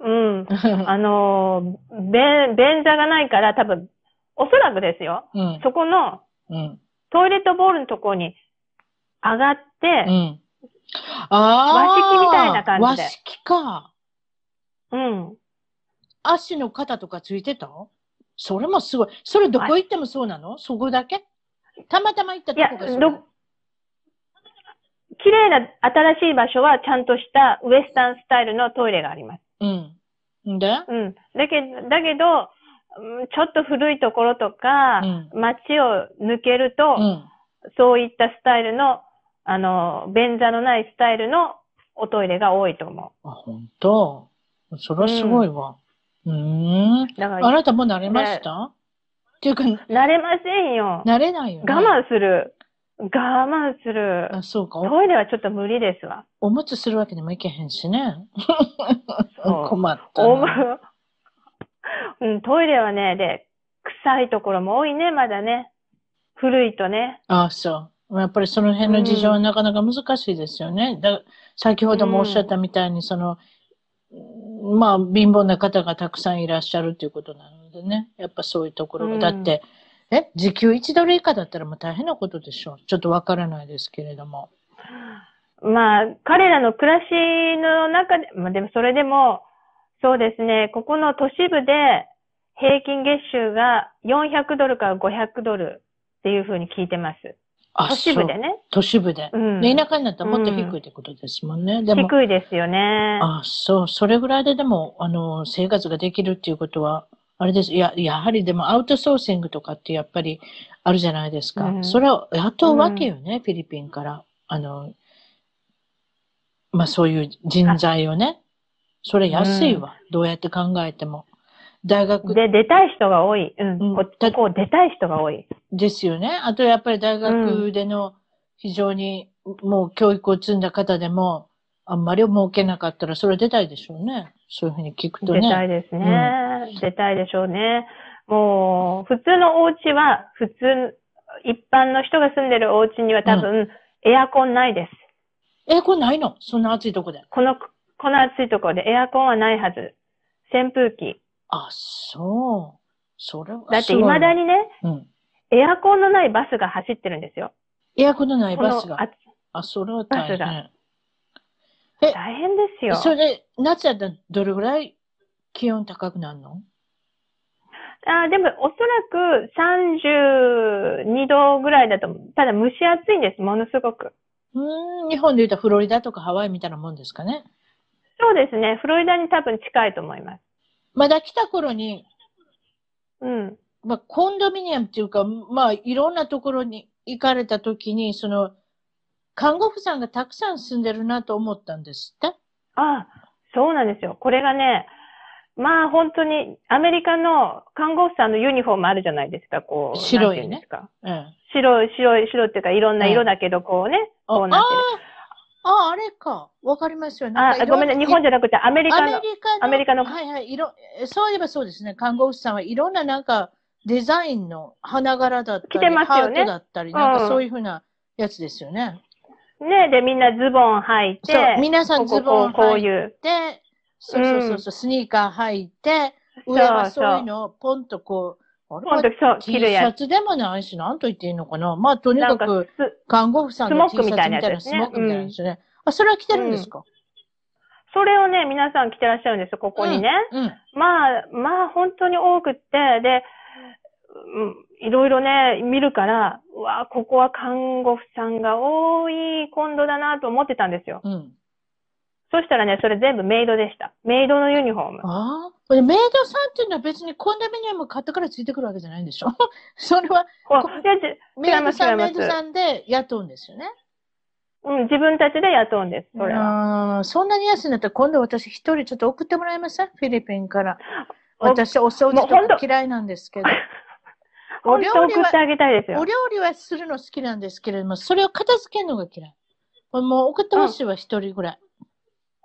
Speaker 2: うん。あのー、便、便座がないから多分、おそらくですよ。
Speaker 1: うん。
Speaker 2: そこの
Speaker 1: うん。
Speaker 2: トイレットボールのとこに上がって
Speaker 1: う、ん。あー
Speaker 2: 和式みたいな感じで
Speaker 1: 和式か。
Speaker 2: うん。
Speaker 1: 足の肩とかついてたそれもすごい。それどこ行ってもそうなのそこだけたまたま行ったとこが
Speaker 2: い
Speaker 1: そ
Speaker 2: や
Speaker 1: う
Speaker 2: ど綺麗な新しい場所はちゃんとしたウエスタンスタイルのトイレがあります。
Speaker 1: うん。んで
Speaker 2: うん。だけど、だけど、うんちょっと古いところとか
Speaker 1: う、ん。
Speaker 2: 街を抜けると、
Speaker 1: うん。
Speaker 2: そういったスタイルの、あの、便座のないスタイルのおトイレが多いと思
Speaker 1: あ、本当。それはすごいわ。うーん。
Speaker 2: う。だか
Speaker 1: あ
Speaker 2: ら、
Speaker 1: なたもう慣れましたっていうか、
Speaker 2: 慣れませんよ。
Speaker 1: 慣れないよね。
Speaker 2: 我慢する。我慢する。
Speaker 1: あそうか。お
Speaker 2: トイレはちょっと無理ですわ。
Speaker 1: おむつするわけにもいけへんしね。
Speaker 2: そう
Speaker 1: 困ったな。
Speaker 2: おむ、うん、トイレはね、で、臭いところも多いね、まだね。古いとね。
Speaker 1: あそう。やっぱりその辺の事情はなかなか難しいですよね。だ先ほどもおっしゃったみたいに、その、まあ、貧乏な方がたくさんいらっしゃるということなのでね。やっぱそういうところが。
Speaker 2: うん
Speaker 1: だって、え、時給1ドル以下だったらもう大変なことでしょう。ちょっとわからないですけれども。
Speaker 2: まあ、彼らの暮らしの中で、まあでもそれでも、そうですね、ここの都市部で平均月収が400ドルから500ドルっていうふうに聞いてます。
Speaker 1: あ
Speaker 2: 都市部
Speaker 1: そう
Speaker 2: でね。
Speaker 1: 都市部で
Speaker 2: う。ん。
Speaker 1: で田舎になったらもっと低いってことですもんね。でも、
Speaker 2: 低いですよね。
Speaker 1: あそう、それぐらいででも、あの、生活ができるっていうことは、あれです。いや、やはりでもアウトソーシングとかってやっぱりあるじゃないですか。
Speaker 2: うん
Speaker 1: それを雇うわけよね、フィリピンから。あの、まあそういう人材をね。それ安いわ、どうやって考えても。大学
Speaker 2: で、出たい人が多い。うん。
Speaker 1: うん
Speaker 2: こここを出たい人が多い。
Speaker 1: ですよね。あとやっぱり大学での非常にもう教育を積んだ方でも、あんまり儲けなかったらそれは出たいでしょうね。そういうふうに聞くと
Speaker 2: 出たい
Speaker 1: ね。
Speaker 2: ですね。出たいでしょうね。もう、普通のお家は、普通、一般の人が住んでるお家には多分、エアコンないです。
Speaker 1: え、これないのそんな暑いとこで。
Speaker 2: この、この暑いところでエアコンはないはず。扇風機。
Speaker 1: あ、そう。それは
Speaker 2: だって
Speaker 1: すごいわ
Speaker 2: 未だにね、
Speaker 1: うん。
Speaker 2: エアコンのないバスが走ってるんですよ。
Speaker 1: エアコンのない
Speaker 2: こ
Speaker 1: バ
Speaker 2: の
Speaker 1: スが。
Speaker 2: 暑
Speaker 1: あ、それは大
Speaker 2: バ
Speaker 1: 変。
Speaker 2: 大変ですよ。
Speaker 1: それで、夏だったらどれぐらい気温高くなるの
Speaker 2: あーでも、おそらく32度ぐらいだと思う。ただ蒸し暑いんです、ものすごく。
Speaker 1: うーん、日本で言うとフロリダとかハワイみたいなもんですかね。
Speaker 2: そうですね。フロリダに多分近いと思います。
Speaker 1: まだ来た頃に
Speaker 2: うん。
Speaker 1: まあ、コンドミニアムっていうか、まあ、いろんなところに行かれたときに、その、看護婦さんがたくさん住んでるなと思ったんですって。
Speaker 2: あ、そうなんですよ。これがね、まあ本当にアメリカの看護婦さんのユニフォームあるじゃないですか、こう。
Speaker 1: 白いね
Speaker 2: なんてうんですか
Speaker 1: うん。あ
Speaker 2: 白い、白い、白っていうかいろんな色だけど、こうね、こうな
Speaker 1: あ
Speaker 2: ってる。
Speaker 1: あ、あれか。わかりますよ。なん
Speaker 2: あ
Speaker 1: かい
Speaker 2: ご
Speaker 1: ろ
Speaker 2: め
Speaker 1: ん
Speaker 2: ん
Speaker 1: な
Speaker 2: ね、日本じゃなくてアメリ
Speaker 1: ア
Speaker 2: カ
Speaker 1: メ
Speaker 2: の。
Speaker 1: リカの。
Speaker 2: アメリカの
Speaker 1: はいはい。いろ、そういえばそうですね。看護婦さんはいろんななんか、デザインの花柄だったり、
Speaker 2: 着てますよね
Speaker 1: ハートだったり、なん
Speaker 2: う
Speaker 1: か
Speaker 2: ん
Speaker 1: そういうふうなやつですよね。
Speaker 2: ね、で、みんなズボン履いて、
Speaker 1: そう。皆さんズボン
Speaker 2: こうこう
Speaker 1: 履
Speaker 2: こう
Speaker 1: い
Speaker 2: いう。
Speaker 1: って、そうそうそうそう、スニーカー履いて、
Speaker 2: そう
Speaker 1: 上はそういうのをポンとこう、あれ
Speaker 2: 本当そう、
Speaker 1: T
Speaker 2: 着
Speaker 1: シ
Speaker 2: るや
Speaker 1: ャ
Speaker 2: つ。
Speaker 1: ツでもないし、なんと言っていいのかな。まあ、とに
Speaker 2: な
Speaker 1: か
Speaker 2: んか
Speaker 1: く、
Speaker 2: す、
Speaker 1: 看護婦さんの T
Speaker 2: ス
Speaker 1: シャツみ
Speaker 2: モークみ
Speaker 1: た
Speaker 2: た
Speaker 1: い
Speaker 2: い
Speaker 1: な
Speaker 2: な
Speaker 1: や
Speaker 2: やつで
Speaker 1: つ、
Speaker 2: す
Speaker 1: ス
Speaker 2: ね
Speaker 1: モークみたいなやつね。あ、それは着てるんですか
Speaker 2: それをね、皆さん着てらっしゃるんですよ、ここにね。
Speaker 1: うん。
Speaker 2: まあ、まあ、本当に多くって、で、うんいろいろね、見るから、うわあ、ここは看護婦さんが多い今度だなと思ってたんですよ。
Speaker 1: うん。
Speaker 2: そしたらね、それ全部メイドでした。メイドのユニフォーム。
Speaker 1: ああ。これメイドさんっていうのは別にコンドミニアム買ったからついてくるわけじゃないんでしょ それは、
Speaker 2: こ
Speaker 1: こ
Speaker 2: うでじ
Speaker 1: メイドさ
Speaker 2: 違い
Speaker 1: ん、
Speaker 2: ま
Speaker 1: メ
Speaker 2: す
Speaker 1: イドさんで雇うんですよね。
Speaker 2: うん、自分たちで雇うんです、それは。
Speaker 1: あーそんなに安いんだったら今度私一人ちょっと送ってもらえませんフィリピンから。
Speaker 2: お
Speaker 1: 私お掃除
Speaker 2: もうほん
Speaker 1: と
Speaker 2: と
Speaker 1: か嫌いなんですけど。お
Speaker 2: 本
Speaker 1: 料
Speaker 2: 当
Speaker 1: 理は
Speaker 2: 送ってあげたいですよ
Speaker 1: お。料理はするの好きなんですけれども、それを片付けるのが嫌い。もう送ってほしいわ、一人ぐらい。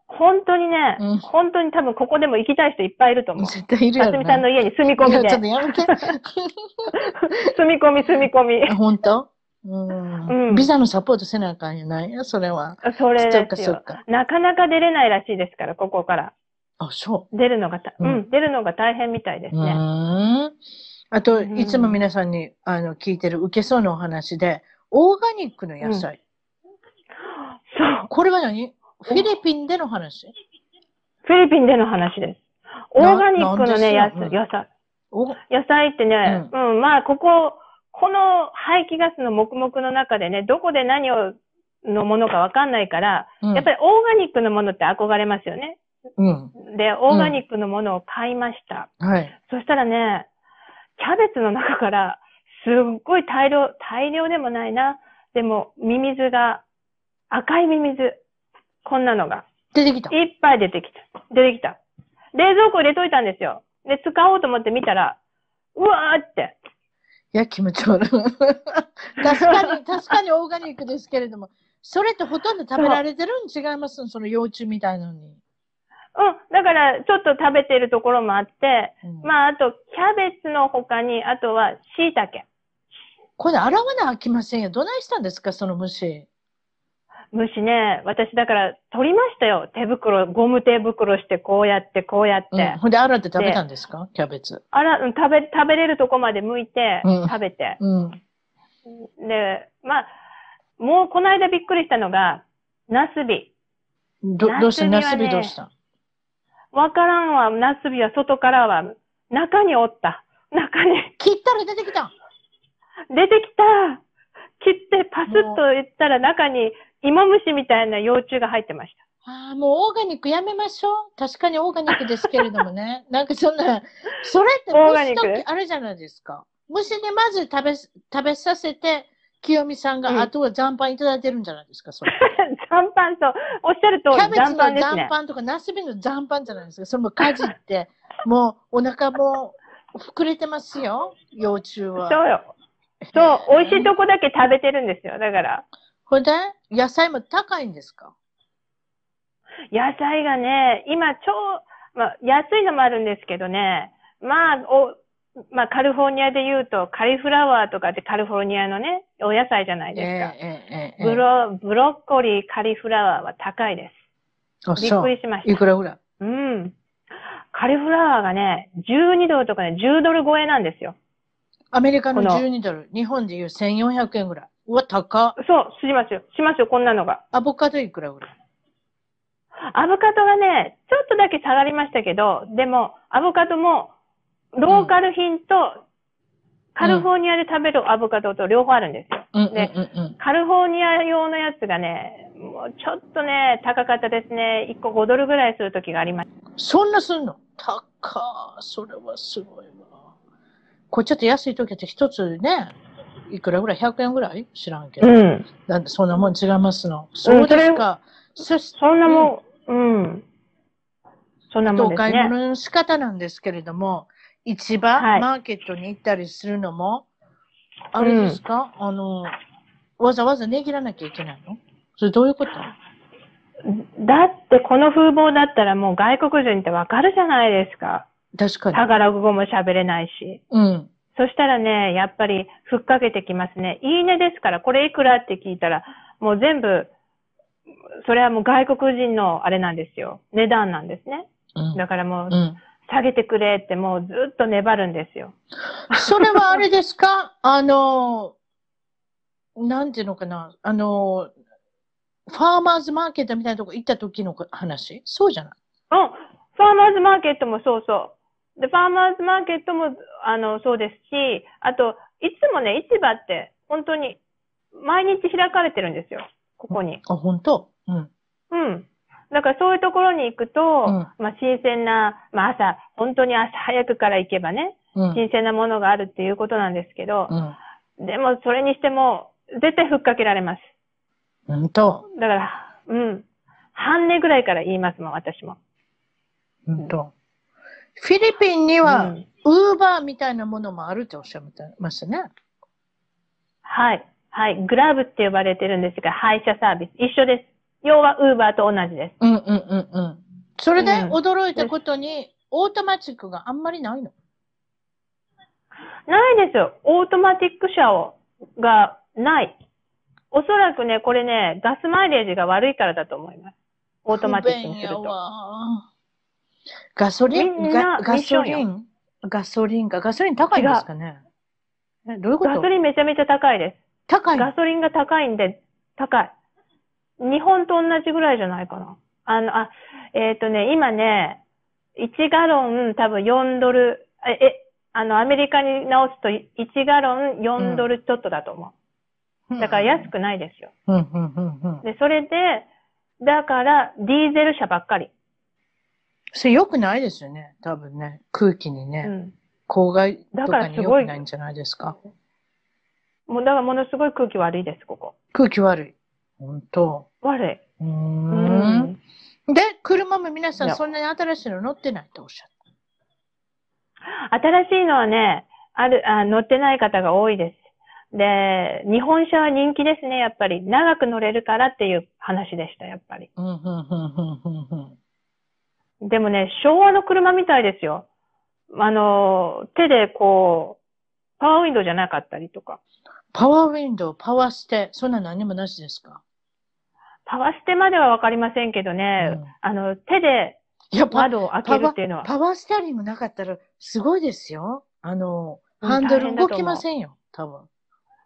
Speaker 2: 本当にね、
Speaker 1: うん
Speaker 2: 本当に多分ここでも行きたい人いっぱいいると思う。
Speaker 1: 絶対いるや
Speaker 2: かす
Speaker 1: ろ
Speaker 2: みさん
Speaker 1: な。
Speaker 2: の
Speaker 1: い
Speaker 2: 家に住み込み
Speaker 1: や、
Speaker 2: で
Speaker 1: ちょ。っとやめて。
Speaker 2: 住み込み、住み込 み。
Speaker 1: 本 当うん、
Speaker 2: うん
Speaker 1: ビザのサポートせなあかんやないや、それは。
Speaker 2: それ
Speaker 1: そっ
Speaker 2: で
Speaker 1: か
Speaker 2: す
Speaker 1: そ
Speaker 2: よ
Speaker 1: っ。か。
Speaker 2: なかなか出れないらしいですから、ここから。
Speaker 1: あ、そ
Speaker 2: 出るのがた、
Speaker 1: う
Speaker 2: うんん、出るのが大変みたいです
Speaker 1: う。う
Speaker 2: ね。
Speaker 1: ーん。あと、
Speaker 2: うん
Speaker 1: いつも皆さんに、あの、聞いてる、受けそうなお話で、オーガニックの野菜。
Speaker 2: そう。
Speaker 1: これは何フィリピンでの話。
Speaker 2: フィリピンでの話です。オーガニックのね、
Speaker 1: な
Speaker 2: や
Speaker 1: ん
Speaker 2: つ
Speaker 1: でそううん
Speaker 2: 野菜。
Speaker 1: お
Speaker 2: 野菜ってね、うん、まあ、ここ、この排気ガスの黙々の中でね、どこで何を、のものかわかんないから、
Speaker 1: うん
Speaker 2: やっぱりオーガニックのものって憧れますよね。
Speaker 1: うん。
Speaker 2: で、オーガニックのものを買いました。
Speaker 1: はい。
Speaker 2: そしたらね、キャベツの中から、すっごい大量、大量でもないな。でも、ミミズが、赤いミミズ。こんなのが。
Speaker 1: 出てきた。
Speaker 2: いっぱい出てきた。出てきた。冷蔵庫入れといたんですよ。で、使おうと思って見たら、うわーって。
Speaker 1: いや、気持 ち悪い。確かに、確かにオーガニックですけれども、それってほとんど食べられてるん違いますその幼虫みたいのに。
Speaker 2: うん。だから、ちょっと食べてるところもあって、
Speaker 1: うん
Speaker 2: まあ、あと、キャベツの他に、あとは、椎茸。
Speaker 1: これ洗わなあきませんよ。どないしたんですか、その虫。
Speaker 2: 虫ね、私だから、取りましたよ。手袋、ゴム手袋して、こうやって、こうやって。
Speaker 1: うん、ほんで洗って食べたんですか、キャベツ。
Speaker 2: あら、うん食べ、食べれるとこまで剥いて
Speaker 1: うん、
Speaker 2: 食べて。
Speaker 1: うん。
Speaker 2: で、まあ、もうこの間びっくりしたのが、ナスビ。
Speaker 1: どどうして、ナ
Speaker 2: ナ
Speaker 1: ス
Speaker 2: スビはね
Speaker 1: ビどうした
Speaker 2: わからんわ、ナスビは外からは、中におった。中に
Speaker 1: 切ったら出てきた
Speaker 2: 出てきた。切ってパスッといったら中に芋虫みたいな幼虫が入ってました。
Speaker 1: ああ、もうオーガニックやめましょう。確かにオーガニックですけれども ね。なんかそんな、それって
Speaker 2: オーガニ
Speaker 1: 虫
Speaker 2: ック
Speaker 1: とあれじゃないですか。虫でまず食べ、食べさせて、清美さんが、
Speaker 2: うん
Speaker 1: あとは残飯いただいてるんじゃないですか、それ。
Speaker 2: 残飯そう。おっしゃる
Speaker 1: キ
Speaker 2: 通
Speaker 1: ャ
Speaker 2: り、
Speaker 1: ベツの
Speaker 2: 残飯です
Speaker 1: 残
Speaker 2: ね。
Speaker 1: 飯とか、ナスビの残飯じゃないですか。それもかじ って、もうお腹も膨れてますよ、幼虫は。
Speaker 2: そうよ。そう、美味しいとこだけ食べてるんですよ。だから、
Speaker 1: ほんで、野菜も高いんですか
Speaker 2: 野菜がね、今超、まあ、安いのもあるんですけどね、まあ、お、まあ、カリフォルニアで言うと、カリフラワーとかってカリフォルニアのね、お野菜じゃない
Speaker 1: ええ
Speaker 2: ですか。
Speaker 1: ええええ
Speaker 2: ブロ、ブロッコリー、カリフラワーは高いで
Speaker 1: あ
Speaker 2: す。びっ
Speaker 1: そ
Speaker 2: く
Speaker 1: う。
Speaker 2: りしまし
Speaker 1: い
Speaker 2: た。
Speaker 1: くらぐらい
Speaker 2: うん。カリフラワーがね、12ドルとかね、10ドル超えなんですよ。
Speaker 1: アメリカの
Speaker 2: この
Speaker 1: 12ドル、日本でいう1400円ぐらい。うわ、高っ。
Speaker 2: そう、しますよ。しますよ、こんなのが。
Speaker 1: アボカドいくらぐらい
Speaker 2: アボカドがね、ちょっとだけ下がりましたけど、でも、アボカドも、ローカル品と、カリフォルニアで食べるアボカドと両方あるんですよ。
Speaker 1: うんうん
Speaker 2: ね
Speaker 1: うん
Speaker 2: カリフォルニア用のやつがね、もうちょっとね、高かったですね。1個5ドルぐらいする時がありまし
Speaker 1: うん。そんなすんの高っ。それはすごいわ。これちょっと安い時って一つね、いくらぐらい ?100 円ぐらい知らんけ
Speaker 2: た。
Speaker 1: ど。
Speaker 2: ん。
Speaker 1: なんでそんなもん違いますの。そうですか。そし
Speaker 2: そんなもん、うん。そんなも
Speaker 1: お
Speaker 2: んです
Speaker 1: 買い
Speaker 2: ね。
Speaker 1: 物の仕方なんですけれども、市場、
Speaker 2: はい
Speaker 1: マーケットに行ったりするのも、あれですか、あの、わざわざ値切らなきゃいけないのそれどういうこと
Speaker 2: だってこの風貌だったらもう外国人ってわかるじゃないですか。
Speaker 1: 確かに。
Speaker 2: タガログ語も喋れないし。
Speaker 1: うん。
Speaker 2: そしたらね、やっぱり、ふっかけてきますね。いいねですから、これいくらって聞いたら、もう全部、それはもう外国人のあれなんですよ。値段なんですね。
Speaker 1: うん。
Speaker 2: だからもう
Speaker 1: う、ん、
Speaker 2: 下げてくれってもうずっと粘るんですよ。
Speaker 1: それはあれですか あの、なんていうのかなあの、ファーマーズマーケットみたいなとこ行った時の話そうじゃない
Speaker 2: うん。ファーマーズマーケットもそうそう。で、ファーマーズマーケットも、あの、そうですし、あと、いつもね、市場って、本当に、毎日開かれてるんですよ。ここに。
Speaker 1: あ、本当うん。
Speaker 2: うん。だからそういうところに行くと、
Speaker 1: うん
Speaker 2: まあ新鮮な、まあ朝、本当に朝早くから行けばね、
Speaker 1: うん。
Speaker 2: 新鮮なものがあるっていうことなんですけど
Speaker 1: う、ん。
Speaker 2: でもそれにしても、絶対ふっかけられます。
Speaker 1: 本当
Speaker 2: だから、うん。半値ぐらいから言いますもん、私も。
Speaker 1: 本当フィリピンに
Speaker 2: う
Speaker 1: は、
Speaker 2: ん
Speaker 1: ウーバーみたいなものもあるっておっしゃってましたね。
Speaker 2: はい。はい。グラブって呼ばれてるんですが、配車サービス。一緒です。要は、ウーバーと同じです。
Speaker 1: うんうんうんうん。それで
Speaker 2: うん
Speaker 1: 驚いたことに、オートマチックがあんまりないの。
Speaker 2: ないですよ。オートマティック車を、がない。おそらくね、これね、ガスマイレージが悪いからだと思います。オートマティックにする
Speaker 1: 不便や
Speaker 2: と。
Speaker 1: わガソリン
Speaker 2: みん
Speaker 1: ガ
Speaker 2: な
Speaker 1: ガソリ
Speaker 2: 一緒
Speaker 1: ンガソリンか。ガソリン高いんですかねえどういうこ
Speaker 2: ガ
Speaker 1: と
Speaker 2: ソリンめちゃめちゃ高いで
Speaker 1: 高
Speaker 2: す。
Speaker 1: い。
Speaker 2: ガソリンが高いんで、高い。日本と同じぐらいじゃないかな。あの、あ、えっ、とね、今ね、1ガロン多分4ドル、え、え、あの、アメリカに直すと1ガロン4ドルちょっとだと思う。だから安くないですよ。
Speaker 1: うんうんうんうん。
Speaker 2: で、それで、だから、ディーゼル車ばっかり。
Speaker 1: それ良くないですよね。多分ね。空気にね。
Speaker 2: うん。
Speaker 1: 公害
Speaker 2: だ
Speaker 1: と
Speaker 2: から
Speaker 1: か
Speaker 2: す
Speaker 1: に
Speaker 2: ごい
Speaker 1: 良くないんじゃないですか。
Speaker 2: もう、だからものすごい空気悪いです、ここ。
Speaker 1: 空気悪い。本当。
Speaker 2: 悪い。
Speaker 1: うー。。
Speaker 2: うん
Speaker 1: で、車も皆さ
Speaker 2: い
Speaker 1: ん
Speaker 2: や
Speaker 1: そんなに新しいの乗ってないとおっしゃっ
Speaker 2: 新しいのはね、ある、あ乗ってない方が多いです。で、日本車は人気ですね、やっぱり。長く乗れるからっていう話でした、やっぱり。
Speaker 1: た。うん、うん、うん、うん、うん。
Speaker 2: でもね、昭和の車みたいですよ。あの、手でこう、パワーウィンドウじゃなかったりとか。
Speaker 1: パワーウィンドウ、パワーステ、そんな何もなしですか
Speaker 2: パワーステまではわかりませんけどね、
Speaker 1: うん
Speaker 2: あの、手で
Speaker 1: いや、パ
Speaker 2: 窓を開けるっていうのは。
Speaker 1: パワーステアリングなかったらすごいですよ。あの、
Speaker 2: うん
Speaker 1: ハンド
Speaker 2: 大変
Speaker 1: ル
Speaker 2: だ
Speaker 1: 動
Speaker 2: と思う
Speaker 1: きませんよ、多分。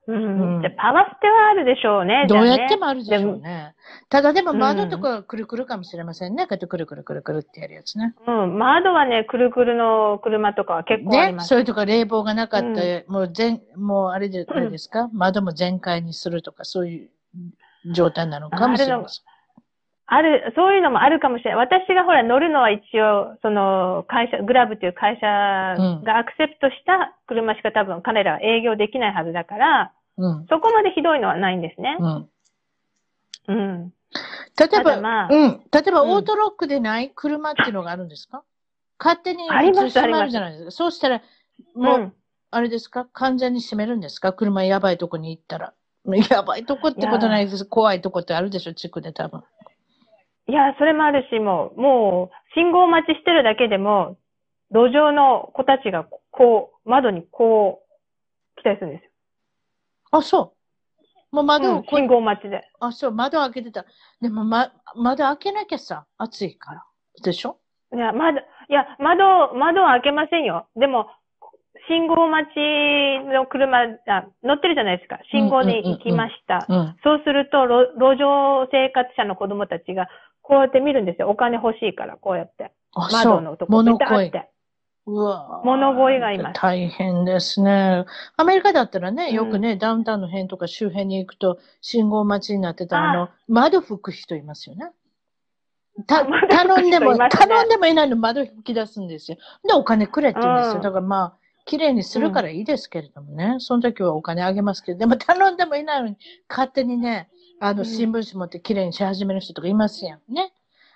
Speaker 2: うん
Speaker 1: うん
Speaker 2: でパワーステはあるでしょうね。
Speaker 1: どう
Speaker 2: じ
Speaker 1: や
Speaker 2: ゃあね
Speaker 1: ってもあるでしょうね。ただでも
Speaker 2: うん
Speaker 1: 窓とかくるくるかもしれませんね。こうやってくるくるくるくるってやるやつね。
Speaker 2: うん。窓はね、くるくるの車とかは結構あり
Speaker 1: ね。
Speaker 2: ます。
Speaker 1: それとか冷房がなかった、
Speaker 2: う
Speaker 1: もう全、もうあれで、あれですか、窓も全開にするとか、そういう状態なのかもしれません。
Speaker 2: ある、そういうのもあるかもしれない。私がほら乗るのは一応、その会社、グラブという会社がアクセプトした車しか多分彼らは営業できないはずだから、
Speaker 1: うん。
Speaker 2: そこまでひどいのはないんですね。
Speaker 1: うん。
Speaker 2: うん。
Speaker 1: 例え
Speaker 2: ただ
Speaker 1: ば、
Speaker 2: まあ、
Speaker 1: うん。例えば、
Speaker 2: うん
Speaker 1: オートロックでない車っていうのがあるんですか勝手に
Speaker 2: あります
Speaker 1: 普通閉
Speaker 2: あり
Speaker 1: ま
Speaker 2: ます
Speaker 1: るじゃないですか。そうしたら、もう、
Speaker 2: うん。
Speaker 1: あれですか完全に閉めるんですか車やばいとこに行ったら。 やばいとこってことないです。怖いとこってあるでしょ地区で多分。
Speaker 2: いや、それもあるし、もう、もう、信号待ちしてるだけでも、路上の子たちがこう、窓にこう、来たりするんですよ。
Speaker 1: あ、そう。もう窓
Speaker 2: う
Speaker 1: を
Speaker 2: ん
Speaker 1: こう、
Speaker 2: 信号待ちで。
Speaker 1: あ、そう、窓開けてた。でも、ま、窓開けなきゃさ、暑いから。でしょ
Speaker 2: いや、窓、いや、窓、窓は開けませんよ。でも、信号待ちの車、あ乗ってるじゃないですか。信号に行きました。
Speaker 1: うん。
Speaker 2: そうすると、路路上生活者の子供たちが、こうやって見るんですよ。お金欲しいから、こうやって。
Speaker 1: あ、そ
Speaker 2: 窓の
Speaker 1: う
Speaker 2: と。こ、
Speaker 1: 物
Speaker 2: ビタっ
Speaker 1: 声。
Speaker 2: て。
Speaker 1: うわぁ
Speaker 2: 物乞いがいます
Speaker 1: 大変ですね。アメリカだったら
Speaker 2: う
Speaker 1: ね、
Speaker 2: ん
Speaker 1: よくね、ダウンタウンの辺とか周辺に行くと、信号待ちになってた
Speaker 2: あ
Speaker 1: あの、窓拭く人いますよね。た、
Speaker 2: 窓拭く人
Speaker 1: 頼んでも、
Speaker 2: い ますね
Speaker 1: 頼んでもいないの窓拭き出すんですよ。で、お金くれって言うんです
Speaker 2: うん
Speaker 1: よ。だからまあ、綺麗にするからいいですけれどもね、その時はお金あげますけど、でも頼んでもいないのに、勝手にね、あ
Speaker 2: う
Speaker 1: の、
Speaker 2: ん
Speaker 1: 新聞紙持って綺麗にし始める人とかいますやんね。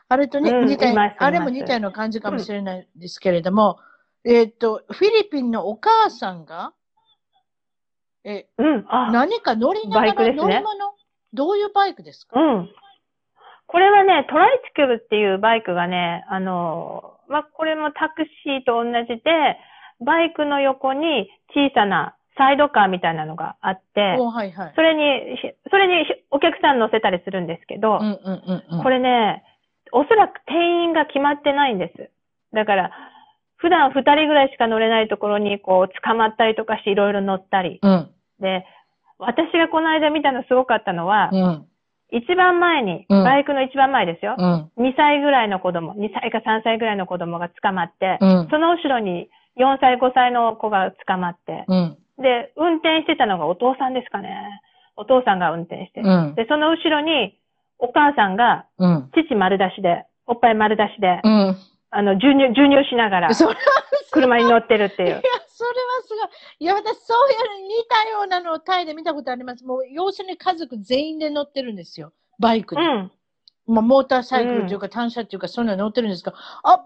Speaker 1: あれとね、
Speaker 2: うん
Speaker 1: 似た
Speaker 2: いますいます
Speaker 1: あれも似たような感じかもしれないですけれども、えーっと、フィリピンのお母さんが、え、
Speaker 2: うん、あ、
Speaker 1: 何か乗りながら
Speaker 2: バイクですね
Speaker 1: 乗り物どういうバイクです
Speaker 2: う
Speaker 1: か、
Speaker 2: ん。これはね、トライチクルっていうバイクがね、あの、まあ、これもタクシーと同じで、バイクの横に小さなサイドカーみたいなのがあって、
Speaker 1: おはいはい
Speaker 2: そ。れに、ひそれにひお客さん乗せたりするんですけ
Speaker 1: う
Speaker 2: ど
Speaker 1: ん、うんうんうん。
Speaker 2: これね、おそらく定員が決まってないんです。だから、普段二人ぐらいしか乗れないところに、こう、捕まったりとかして、いろいろ乗ったり。
Speaker 1: うん
Speaker 2: で、私がこの間見たのすごかったのは
Speaker 1: う、ん
Speaker 2: 一番前に、
Speaker 1: うん
Speaker 2: バイクの一番前ですよ。
Speaker 1: うん
Speaker 2: 2歳ぐらいの子供、2歳か3歳ぐらいの子供が捕まって、
Speaker 1: うん
Speaker 2: その後ろに4歳、5歳の子が捕まって、
Speaker 1: うん
Speaker 2: で、運転してたのがお父さんですかね。お父さんが運転し
Speaker 1: う
Speaker 2: て。
Speaker 1: ん
Speaker 2: で、その後ろに、お母さんが、
Speaker 1: うん
Speaker 2: 父丸出しで、おっぱい丸出しで、
Speaker 1: うん。
Speaker 2: あの、授乳、授乳しながら、
Speaker 1: それはすごい。
Speaker 2: 車に乗ってるってい
Speaker 1: いや、
Speaker 2: う。
Speaker 1: それはすごい。いや、私、そういうの似たようなのをタイで見たことあります。もう、要するに家族全員で乗ってるんですよ。バイク
Speaker 2: う
Speaker 1: で。
Speaker 2: ん。
Speaker 1: まあ、モーターサイクルというか、単車というか、そんなの乗ってるんですが、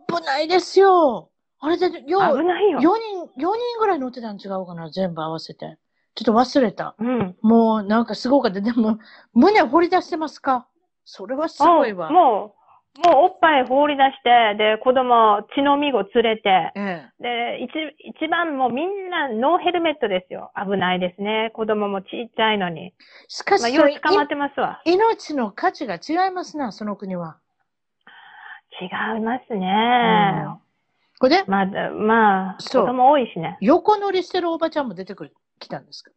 Speaker 1: 危ないですよ。あれで、よう、
Speaker 2: 危ない
Speaker 1: 4
Speaker 2: よ。
Speaker 1: 人、四人ぐらい乗ってたん違うかな全部合わせて。ちょっと忘れた。
Speaker 2: うん。
Speaker 1: もうなんかすごかった。でも、胸掘り出してますかそれはすごいわ。
Speaker 2: もう、もうおっぱい放り出して、で、子供、血のみご連れて、
Speaker 1: え
Speaker 2: で、一、一番もうみんなノーヘルメットですよ。危ないですね。子供もちっちゃいのに。
Speaker 1: え。しかし、
Speaker 2: まあ、
Speaker 1: そ
Speaker 2: よ
Speaker 1: れ
Speaker 2: う捕まってますわ。
Speaker 1: い命の価値が違いますな、その国は。
Speaker 2: 違いますね。
Speaker 1: うんこれで、
Speaker 2: まだ、まあ、子
Speaker 1: そう
Speaker 2: 供多いしね。
Speaker 1: 横乗りしてるおばちゃんも出てくる、来たんですか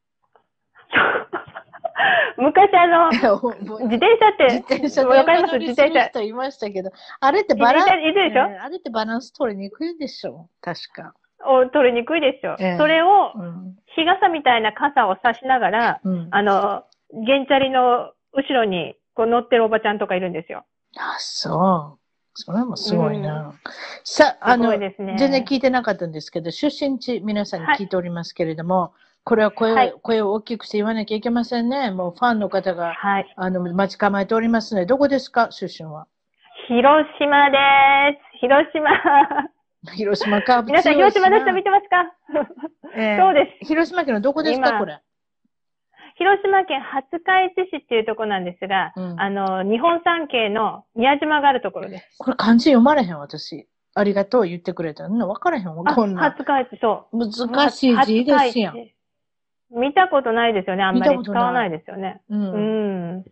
Speaker 2: 昔あの、
Speaker 1: いやもう
Speaker 2: 自転車って、
Speaker 1: 自転車で
Speaker 2: わかり
Speaker 1: 横
Speaker 2: ま
Speaker 1: 乗
Speaker 2: す
Speaker 1: り
Speaker 2: 自
Speaker 1: する
Speaker 2: 転車。
Speaker 1: 人いましたけど、あれって
Speaker 2: 自
Speaker 1: バ
Speaker 2: 転
Speaker 1: ランス、
Speaker 2: 車いるでしょ、
Speaker 1: ええあれってバランス取りにくいでしょ確か。
Speaker 2: を取りにくいでしょ、
Speaker 1: ええ
Speaker 2: それを、
Speaker 1: うん。
Speaker 2: 日傘みたいな傘を差しながら、
Speaker 1: うん、あ
Speaker 2: あの、ゲンチャリの後ろに、こう乗ってるおばちゃんとかいるんですよ。
Speaker 1: そう。それもすごいな。さあ、あ
Speaker 2: すご
Speaker 1: の、
Speaker 2: いですね。
Speaker 1: 全然聞いてなかったんですけど、出身地、皆さんに聞いておりますけれども、これは声を、
Speaker 2: はい
Speaker 1: 声を大きくして言わなきゃいけませんね。もうファンの方が、
Speaker 2: はい。
Speaker 1: あの、待ち構えておりますね。どこですか、出身は。
Speaker 2: 広島です。広 島。
Speaker 1: 広島カープ
Speaker 2: 皆さん、広島の人見
Speaker 1: て、
Speaker 2: てますか
Speaker 1: ええ
Speaker 2: そうです。
Speaker 1: 広島県のどこですか、
Speaker 2: 今
Speaker 1: これ。
Speaker 2: 広島県廿日市市っていうところなんですが、
Speaker 1: うん
Speaker 2: あの、日本三景の宮島があるところです。
Speaker 1: これ漢字読まれへん、私。ありがとう言ってくれたの。分からへんわ、
Speaker 2: あ、
Speaker 1: こんな
Speaker 2: 廿。日市、そう。
Speaker 1: 難しい字ですやん。
Speaker 2: 見たことないですよね。あんま
Speaker 1: 見た
Speaker 2: り
Speaker 1: こと
Speaker 2: 使
Speaker 1: ない
Speaker 2: わないですよね。
Speaker 1: う。
Speaker 2: うんん。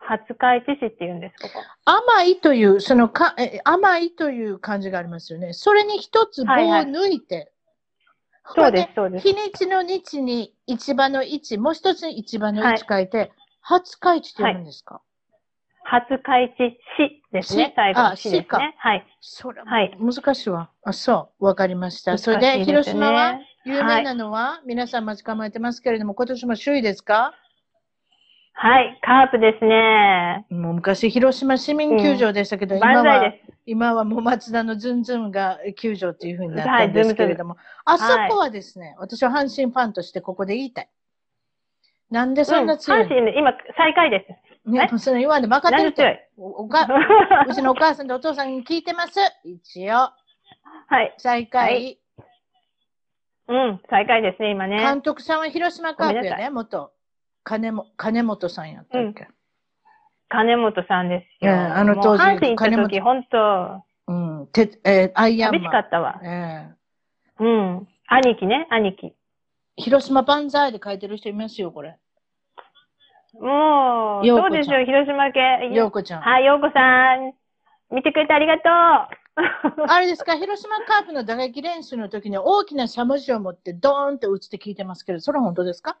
Speaker 2: 廿日市市って言うんです、ここ。
Speaker 1: 甘いという、そのか、え甘いという漢字がありますよね。それに一つ棒を
Speaker 2: はいはい
Speaker 1: 抜いて。
Speaker 2: そうです、そうです。
Speaker 1: 日にちの日に市場の市、もう一つに市場の市書いて、初開地って読むんですか、
Speaker 2: 廿日市市です
Speaker 1: 市
Speaker 2: ね。最後
Speaker 1: あ
Speaker 2: の市で
Speaker 1: 市
Speaker 2: す
Speaker 1: か
Speaker 2: ね。はい。
Speaker 1: それ
Speaker 2: はい
Speaker 1: も難しいわ。あ、そう。わかりました。
Speaker 2: 難しい
Speaker 1: それで、
Speaker 2: ですね
Speaker 1: 広島は有名なのは、皆さん待ち構えてますけれども、今年も首位ですか
Speaker 2: はい。カープですね。
Speaker 1: もう昔、広島市民球場でしたけど、今
Speaker 2: 万
Speaker 1: は
Speaker 2: 歳、で
Speaker 1: 今はもう松田のズンズンが球場っていうふうになったんですけれども、
Speaker 2: ズンズン。
Speaker 1: あそこはですね、私は阪神ファンとしてここで言いたい。なんですそんな強い
Speaker 2: 阪
Speaker 1: の、
Speaker 2: 神ね、今、最下位です。
Speaker 1: ね、もうそれ言わんで分かってる
Speaker 2: 何
Speaker 1: って
Speaker 2: 強い。
Speaker 1: おお かうちのお母さんとお父さんに聞いてます。一応、
Speaker 2: はい。
Speaker 1: 最下位。
Speaker 2: はいうん。最下位ですね、今ね
Speaker 1: 監。督さんは広島カープ
Speaker 2: ごめん
Speaker 1: や
Speaker 2: なさ
Speaker 1: ね、元。金も、金本さんやったっけ。
Speaker 2: 金本さんですよ。
Speaker 1: ええあの
Speaker 2: もう
Speaker 1: 当時
Speaker 2: 阪神行った
Speaker 1: 金
Speaker 2: 時、本当
Speaker 1: うん。て、えーアイアン
Speaker 2: 寂しか
Speaker 1: マン。
Speaker 2: ったわ。
Speaker 1: え
Speaker 2: うん。兄貴ね、兄貴。
Speaker 1: え広島万歳で書いてる人いますよ、これ。
Speaker 2: もう、
Speaker 1: ようこち
Speaker 2: そ
Speaker 1: ゃん
Speaker 2: うですよ、広島県。
Speaker 1: ようこちゃん。
Speaker 2: はい、ようこさん。見てくれてありがとう。
Speaker 1: あれですか、広島カープの打撃練習の時に大きなしゃもじを持ってドーンって打つって聞いてますけど、それは本当です か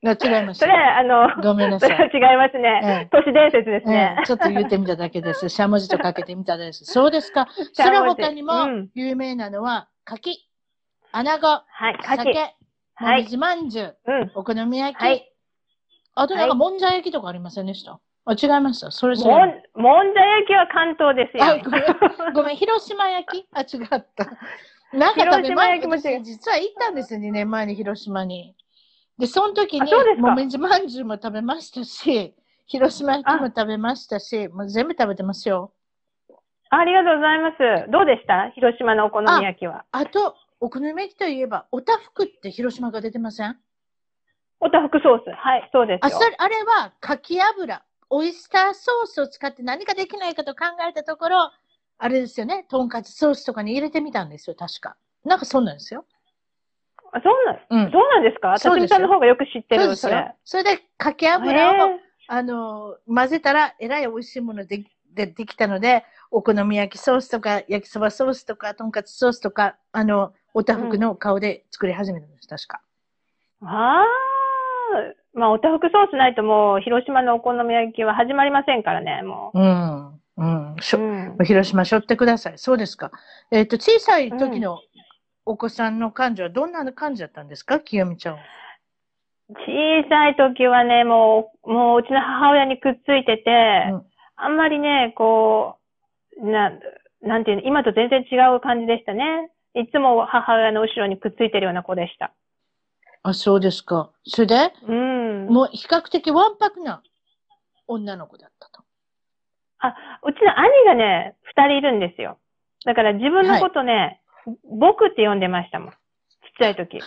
Speaker 1: いや違いまし
Speaker 2: それ
Speaker 1: た。
Speaker 2: は、あの、
Speaker 1: ごめんな
Speaker 2: そ
Speaker 1: さ。
Speaker 2: れはい違います
Speaker 1: え
Speaker 2: ね。都市伝説で
Speaker 1: ええ
Speaker 2: すね
Speaker 1: え。ちょっと言ってみただけです。しゃもじとかけてみたです。そうですか。それ他に
Speaker 2: う
Speaker 1: も
Speaker 2: ん
Speaker 1: 有名なのは、柿、穴子、
Speaker 2: はい、かき。
Speaker 1: 酒、も
Speaker 2: は
Speaker 1: み
Speaker 2: い。
Speaker 1: じまんじゅう、
Speaker 2: うん。
Speaker 1: お好み焼き、
Speaker 2: はい。
Speaker 1: あとなんか
Speaker 2: はい
Speaker 1: もんじゃ焼きとかありませんでした、あ、違いました。それぞ
Speaker 2: もん
Speaker 1: れ。、
Speaker 2: もんじゃ焼きは関東ですよ。
Speaker 1: あ、ごめ ん、ごめん、広島焼きあ、違った。なんか食べ
Speaker 2: 広島焼きも違う
Speaker 1: 私実は行ったんですよ、2年前に広島に。で、その時
Speaker 2: あ
Speaker 1: に
Speaker 2: そうです、か
Speaker 1: もみじまんじゅうも食べましたし、広島焼きも食べましたし、もう全部食べてますよ。
Speaker 2: ありがとうございます。どうでした広島のお好み焼きは。
Speaker 1: あと、お好み焼きといえば、おたふくって広島が出てません
Speaker 2: おたふくソース。はい、そうです
Speaker 1: あ、
Speaker 2: よ
Speaker 1: そ。れ、あれは、かき油、オイスターソースを使って何かできないかと考えたところ、あれですよね、とんかつソースとかに入れてみたんですよ、確か。なんかそうなんですよ。
Speaker 2: あそうなん、
Speaker 1: うん
Speaker 2: そうなんですか
Speaker 1: そ
Speaker 2: 辰
Speaker 1: うで
Speaker 2: 巳
Speaker 1: すよ
Speaker 2: さんの方がよく知って
Speaker 1: そう
Speaker 2: る、
Speaker 1: です
Speaker 2: そ
Speaker 1: よ
Speaker 2: れ。。
Speaker 1: それで、かき油を、
Speaker 2: へえ
Speaker 1: あの、混ぜたら、えらい美味しいものででできたので、お好み焼きソースとか、焼きそばソースとか、とんかつソースとか、あの、おたふくの顔で作り始めたんです、確か。
Speaker 2: ああ、まあ、おたふくソースないともう、広島のお好み焼きは始まりませんからね、も
Speaker 1: うん。うん。し
Speaker 2: う。
Speaker 1: ょ
Speaker 2: うん
Speaker 1: 広島、しょってください。そうですか。えっ、と、小さい時のお子さんの感情はどんな感じだったんですか、清美ちゃんは。
Speaker 2: 小さい時はね、もう、もううちの母親にくっついてて、
Speaker 1: うん
Speaker 2: あんまりね、こう、な、なんていうの、今と全然違う感じでしたね。いつも母親の後ろにくっついてるような子でした。
Speaker 1: あ、そうですか。それで、
Speaker 2: うん。
Speaker 1: もう比較的わんぱくな女の子だったと。
Speaker 2: あ、うちの兄がね、二人いるんですよ。だから自分のことね、僕って呼んでましたもん。ちっちゃい 時。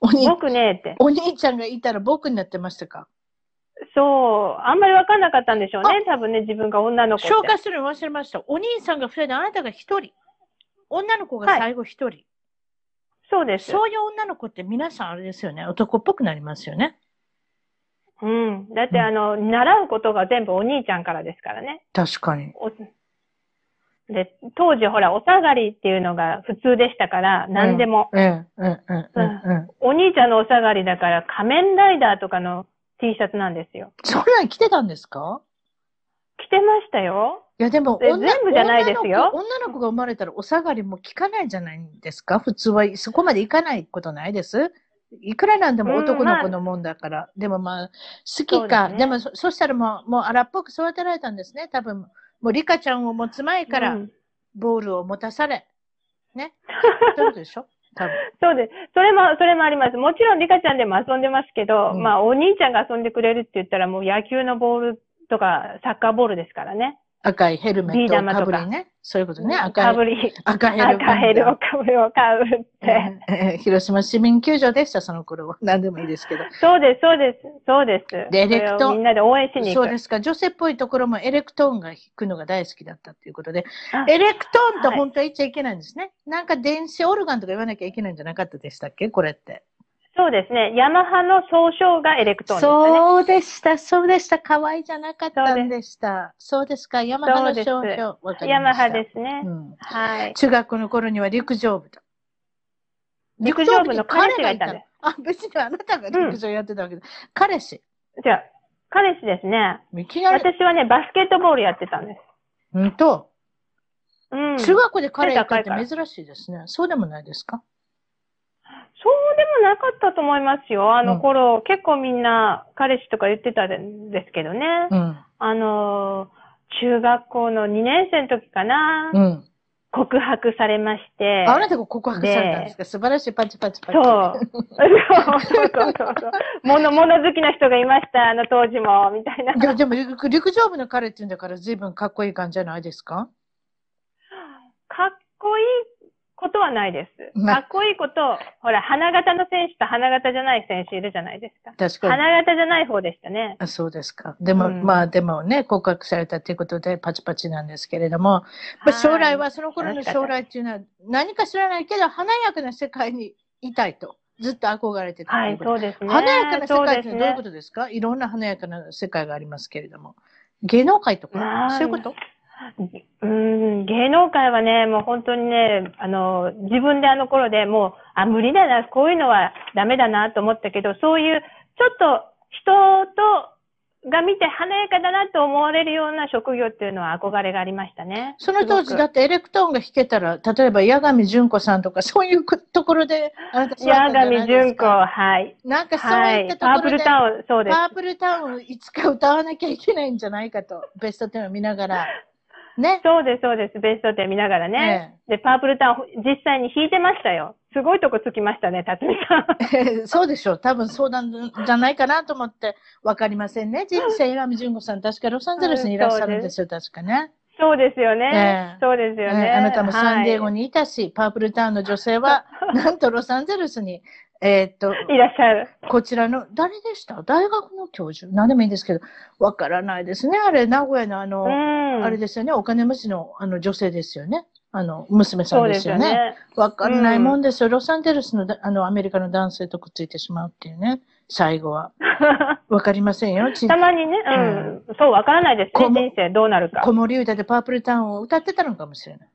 Speaker 1: おに
Speaker 2: 僕ねって。
Speaker 1: お兄ちゃんがいたら僕になってましたか
Speaker 2: そう。あんまりわかんなかったんでしょうね。多分ね、自分が女の子って。
Speaker 1: 紹介するの忘れました。お兄さんが2人であなたが1人。女の子が最後1人。
Speaker 2: そうです。
Speaker 1: そういう女の子って皆さんあれですよね。男っぽくなりますよね。
Speaker 2: うん。だってあの、習うことが全部お兄ちゃんからですからね。
Speaker 1: 確かに。
Speaker 2: おで、当時ほら、お下がりっていうのが普通でしたから、何でも。
Speaker 1: ええ、ええ、ええ、ええ。
Speaker 2: お兄ちゃんのお下がりだから、仮面ライダーとかの T シャツなんですよ。
Speaker 1: そんなん着てたんですか
Speaker 2: 着てましたよ。
Speaker 1: いやでも
Speaker 2: え全部じゃないです
Speaker 1: 女の
Speaker 2: よ
Speaker 1: 子。女の子が生まれたらお下がりも聞かないじゃないですか。普通はそこまでいかないことないです。いくらなんでも
Speaker 2: うん
Speaker 1: 男の
Speaker 2: ま
Speaker 1: 子
Speaker 2: あ
Speaker 1: のもんだから。でもまあ、好きか。
Speaker 2: そう
Speaker 1: で
Speaker 2: ですね
Speaker 1: もそ、そしたらもう、もう荒っぽく育てられたんですね。多分、もうリカちゃんを持つ前か
Speaker 2: う
Speaker 1: ら
Speaker 2: ん
Speaker 1: ボールを持たされ。ね。そういうことでしょ多分。
Speaker 2: そうです。それも、それもあります。もちろん、リカちゃんでも遊んでますけど、
Speaker 1: うん
Speaker 2: まあ、お兄ちゃんが遊んでくれるって言ったら、もう野球のボールとか、サッカーボールですからね。
Speaker 1: 赤いヘルメッ
Speaker 2: ビー
Speaker 1: トを
Speaker 2: 玉
Speaker 1: か
Speaker 2: とか
Speaker 1: ぶりね。そういうことね。
Speaker 2: か
Speaker 1: 赤
Speaker 2: ぶ
Speaker 1: い、
Speaker 2: り、
Speaker 1: 赤ヘルメット。
Speaker 2: 赤 ヘルをかぶをかぶって。
Speaker 1: ええ広島市民球場でした、その頃は。何でもいいですけど。
Speaker 2: そうです、そうです、そうです。
Speaker 1: でエレクト
Speaker 2: それをみんなで応援しに行
Speaker 1: そう
Speaker 2: く。
Speaker 1: ですか。女性っぽいところもエレクトーンが弾くのが大好きだったっていうことで
Speaker 2: あ、
Speaker 1: エレクトーンと
Speaker 2: はい
Speaker 1: 本当は言っちゃいけないんですね。なんか電子オルガンとか言わなきゃいけないんじゃなかったでしたっけこれって。
Speaker 2: そうですね。ヤマハの総称がエレクトーンでしたね。
Speaker 1: そうでした、そうでした。可愛いじゃなかったんでした。そうですか。ヤマハの商
Speaker 2: そうです
Speaker 1: 標。わかりました
Speaker 2: ヤマハですね。
Speaker 1: うん
Speaker 2: はい。
Speaker 1: 中学の頃には陸上部だ。
Speaker 2: 陸上部の彼氏がいたん
Speaker 1: の
Speaker 2: で
Speaker 1: あ、別にあなたが陸上やってたわけで、彼氏。
Speaker 2: す。じゃあ、彼氏ですね。
Speaker 1: いきなり、
Speaker 2: 私はね、バスケットボールやってたんです。
Speaker 1: うんと、
Speaker 2: うん。
Speaker 1: 中学校で彼やったっ
Speaker 2: 背高い
Speaker 1: て珍しいですね。そうでもないですか
Speaker 2: そうでもなかったと思いますよ。あ
Speaker 1: うん
Speaker 2: の頃、結構みんな彼氏とか言ってたんですけどね。
Speaker 1: うん。
Speaker 2: あのー、中学校の2年生の時かな、
Speaker 1: うん。
Speaker 2: 告白されまして。
Speaker 1: ああなたが告白されたんですか素晴らしいパチパチパチ。
Speaker 2: そう。そうそうそうそう。物、物好きな人がいました、あの当時も、みたいな。
Speaker 1: いや、でも陸陸上部の彼って言うんだから随分かっこいい感じじゃないですか
Speaker 2: かっこいいことはないです。
Speaker 1: まあ
Speaker 2: かっこいいこと、ほら、花形の選手と花形じゃない選手いるじゃないですか。
Speaker 1: 確かに。
Speaker 2: 花形じゃない方でしたね。
Speaker 1: あそうですか。でも、
Speaker 2: うん
Speaker 1: まあでもね、告白されたということでパチパチなんですけれども、まあ、将来は、その頃の将来っていうのは何か知らないけど、華やかな世界にいたいと。ずっと憧れてたと
Speaker 2: はいい、
Speaker 1: うこと
Speaker 2: そうですね。
Speaker 1: 華やかな世界ってどういう
Speaker 2: そうですね
Speaker 1: こ。とですかいろんな華やかな世界がありますけれども。芸能界とか
Speaker 2: な、ん
Speaker 1: そういうこと
Speaker 2: うーん、芸能界はね、もう本当にね、あの、自分であの頃でもう、あ、無理だな、こういうのはダメだなと思ったけど、そういう、ちょっと人と、が見て華やかだなと思われるような職業っていうのは憧れがありましたね。
Speaker 1: その当時
Speaker 2: すご
Speaker 1: だ
Speaker 2: く
Speaker 1: ってエレクトーンが弾けたら、例えば八神純子さんとか そういうこところで、あなた育ったん
Speaker 2: 八
Speaker 1: じゃない
Speaker 2: 神
Speaker 1: です
Speaker 2: 純子、
Speaker 1: か。
Speaker 2: はい。
Speaker 1: なんかそう
Speaker 2: はい
Speaker 1: っ
Speaker 2: い。
Speaker 1: たと
Speaker 2: パ
Speaker 1: こ
Speaker 2: ープ
Speaker 1: ろ
Speaker 2: ル
Speaker 1: で、
Speaker 2: タウン、そうです。
Speaker 1: パープルタウンをいつか歌わなきゃいけないんじゃないかと、ベスト10を見ながら。ね。
Speaker 2: そうです、そうです。ベスト10見ながらね。
Speaker 1: ね
Speaker 2: で、パープルタウン、実際に弾いてましたよ。すごいとこつきましたね、辰巳さん。
Speaker 1: そうでしょう。多分そうなんじゃないかなと思って、わかりませんね。人生、八神純子さん、確かロサンゼルスにいらっしゃるんですよ、確かね。
Speaker 2: そうですよ
Speaker 1: え
Speaker 2: ね。
Speaker 1: え
Speaker 2: そうですよね、
Speaker 1: えーあなたもサンディエゴ
Speaker 2: は
Speaker 1: にいたし、パープルタウンの女性 は、なんとロサンゼルスに、えーっと、
Speaker 2: い、いらっしゃる。
Speaker 1: こちらの、誰でした大学の教授何でもいいんですけど、わからないですね。あれ、名古屋のあ
Speaker 2: う
Speaker 1: の、
Speaker 2: ん。
Speaker 1: あれですよね、お金持ちのあの女性ですよね。あの、娘さ
Speaker 2: そ
Speaker 1: ん
Speaker 2: う
Speaker 1: で
Speaker 2: ですす
Speaker 1: よ
Speaker 2: よ
Speaker 1: ね。
Speaker 2: ね。
Speaker 1: わかんないもんですよ。ロサンゼルスのだ、あの、アメリカの男性とくっついてしまうっていうね、最後は。わかりませんよ。ち
Speaker 2: たまにね、うん。そう、わからないです
Speaker 1: こ
Speaker 2: ね。
Speaker 1: も
Speaker 2: 人生どうなるか。
Speaker 1: 子守歌でパープルタウンを歌ってたのかもしれない。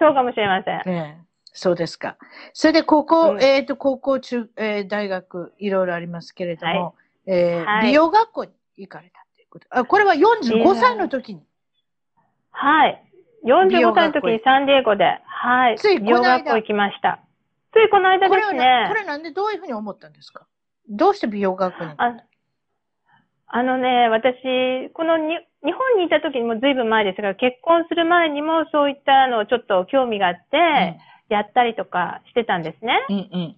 Speaker 2: そうかもしれません。
Speaker 1: ええ、そうですか。それで、高校、
Speaker 2: うん
Speaker 1: えっ、と、高校中、えー大学、いろいろありますけれども、えー
Speaker 2: はい
Speaker 1: 美容学校に行かれたということ。あ、これは45歳の時に、
Speaker 2: はい。
Speaker 1: 美容
Speaker 2: 45歳の
Speaker 1: 学校
Speaker 2: 時にサンディエゴで、はい。
Speaker 1: ついこ
Speaker 2: 美容
Speaker 1: の間
Speaker 2: 学校行きました。ついこの間
Speaker 1: こ
Speaker 2: で
Speaker 1: れは
Speaker 2: す
Speaker 1: な、こ
Speaker 2: ね。
Speaker 1: れなんでどういうふうに思ったんですかどうして美容学校に
Speaker 2: ああのね、私、このに日本にいた時にもずいぶん前ですが、結婚する前にもそういったのをちょっと興味があって、やったりとかしてたんですね。
Speaker 1: うんうん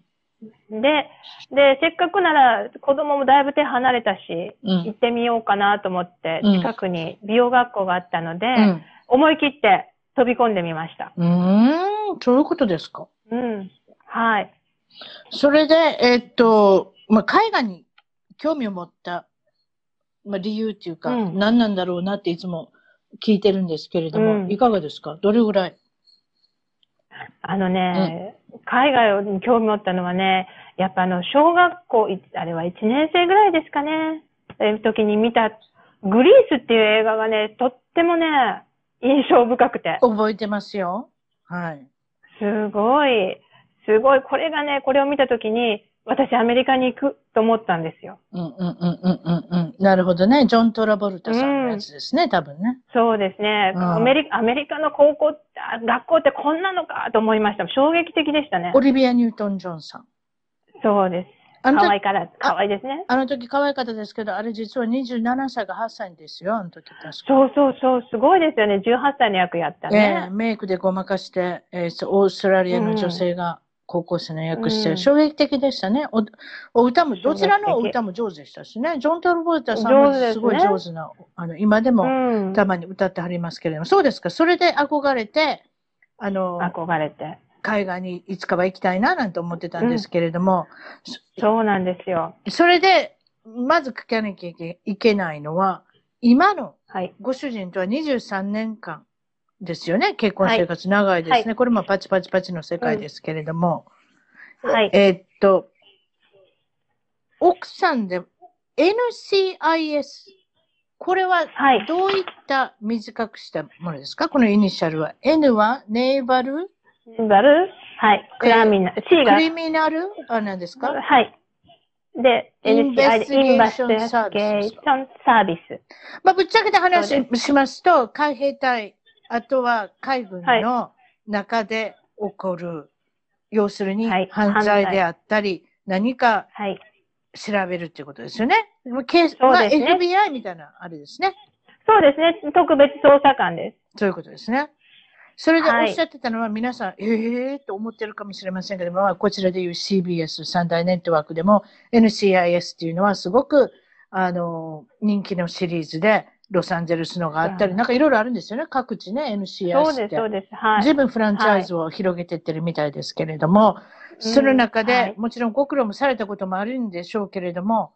Speaker 2: で、で、せっかくなら子供もだいぶ手離れたし、
Speaker 1: うん。う
Speaker 2: 行っ
Speaker 1: ん。
Speaker 2: てみようかなと思って
Speaker 1: うん、
Speaker 2: 近くに美容学校があったので、
Speaker 1: うん
Speaker 2: 思い切って飛び込んでみました。
Speaker 1: うーん、そういうことですか。
Speaker 2: うん。はい。
Speaker 1: それで、えっと、まあ、絵画に興味を持った、まあ、理由っていうか、
Speaker 2: うん
Speaker 1: 何なんだろうなっていつも聞いてるんですけれども、
Speaker 2: うん
Speaker 1: いかがですかどれぐらい
Speaker 2: あのね、海外に興味持ったのはね、やっぱあの、小学校、いあれは1年生ぐらいですかね、え時に見た、グリースっていう映画がね、とってもね、印象深くて、
Speaker 1: 覚えてますよはい。
Speaker 2: すごい、すごい、これがね、これを見た時に、私アメリカに行くと思ったんですよ。
Speaker 1: うんうんうんうんうんうん。なるほどね。ジョン・トラボルタさんのやつですね、多分ね。
Speaker 2: そうですね。
Speaker 1: うん
Speaker 2: アメリカ、アメリカの高校、あ学校ってこんなのかと思いました。衝撃的でしたね
Speaker 1: オ。リビア・ニュートン・ジョンさん。
Speaker 2: そうです。
Speaker 1: あの
Speaker 2: 可
Speaker 1: 時
Speaker 2: 愛いから、可愛いですね。
Speaker 1: あの時可愛かったですけど、あれ実は27歳が8歳ですよ、あの時確か。
Speaker 2: そうそうそう、すごいですよね。18歳の役やった
Speaker 1: ええ
Speaker 2: ね。
Speaker 1: メイクでごまかして、えーそうオーストラリアの女性が高校生の役して、
Speaker 2: うん
Speaker 1: 衝撃的でしたね。おお歌も、どちらのお
Speaker 2: 衝撃的
Speaker 1: 歌も上手でしたしね。ジョン・トルボルタさんも
Speaker 2: 上手ですね
Speaker 1: すごい上手な、あの、今で
Speaker 2: う
Speaker 1: も
Speaker 2: ん。
Speaker 1: たまに歌ってはりますけれども、そうですか。それで憧れて、あの、
Speaker 2: 憧れて。
Speaker 1: 海外にいつかは行きたいななんて思ってたんですけれども、
Speaker 2: そうなんですよ。
Speaker 1: それで、まず聞かなきゃいけいけないのは、今の
Speaker 2: はい。
Speaker 1: ご主人とは23年間ですよね。結婚生活長いですね。
Speaker 2: は
Speaker 1: これもパチパチパチの世界ですけれども。
Speaker 2: はい。
Speaker 1: えーっと、奥さんで NCIS。これは
Speaker 2: はい。
Speaker 1: どういった短くしたものですかこのイニシャルは。N はネーバル
Speaker 2: バルはい。クラミナ、
Speaker 1: ク
Speaker 2: C が、
Speaker 1: リミナルあ、なんですか
Speaker 2: はい。で、
Speaker 1: Investigation
Speaker 2: インベスティゲーションサービス。
Speaker 1: まあ、ぶっちゃけた
Speaker 2: そ
Speaker 1: 話
Speaker 2: う
Speaker 1: しますと、海兵隊、あとは海軍
Speaker 2: はい
Speaker 1: の中で起こる、要するに
Speaker 2: はい
Speaker 1: 犯罪であったり、何か
Speaker 2: はい。調
Speaker 1: 調べるっていうことですよね。まあケース
Speaker 2: そう
Speaker 1: まあ、
Speaker 2: ですね
Speaker 1: FBI みたいな、あれですね。
Speaker 2: そうですね。特別捜査官です。
Speaker 1: そういうことですね。それで
Speaker 2: は
Speaker 1: お
Speaker 2: い
Speaker 1: っしゃってたのは、皆さん、ええー、と思ってるかもしれませんけども、まあこちらでいう CBS 三大ネットワークでも NCIS っていうのはすごく、あの、人気のシリーズで、ロサンゼルスのがあったり、
Speaker 2: うん
Speaker 1: なんかいろいろあるんですよね、各地ね、NCIS
Speaker 2: そう
Speaker 1: っ
Speaker 2: です、
Speaker 1: て
Speaker 2: そう。です。はい。
Speaker 1: 随分フランチャイズを広げてってるみたいですけれども、その中で、
Speaker 2: うんはい
Speaker 1: もちろんご苦労もされたこともあるんでしょうけれども、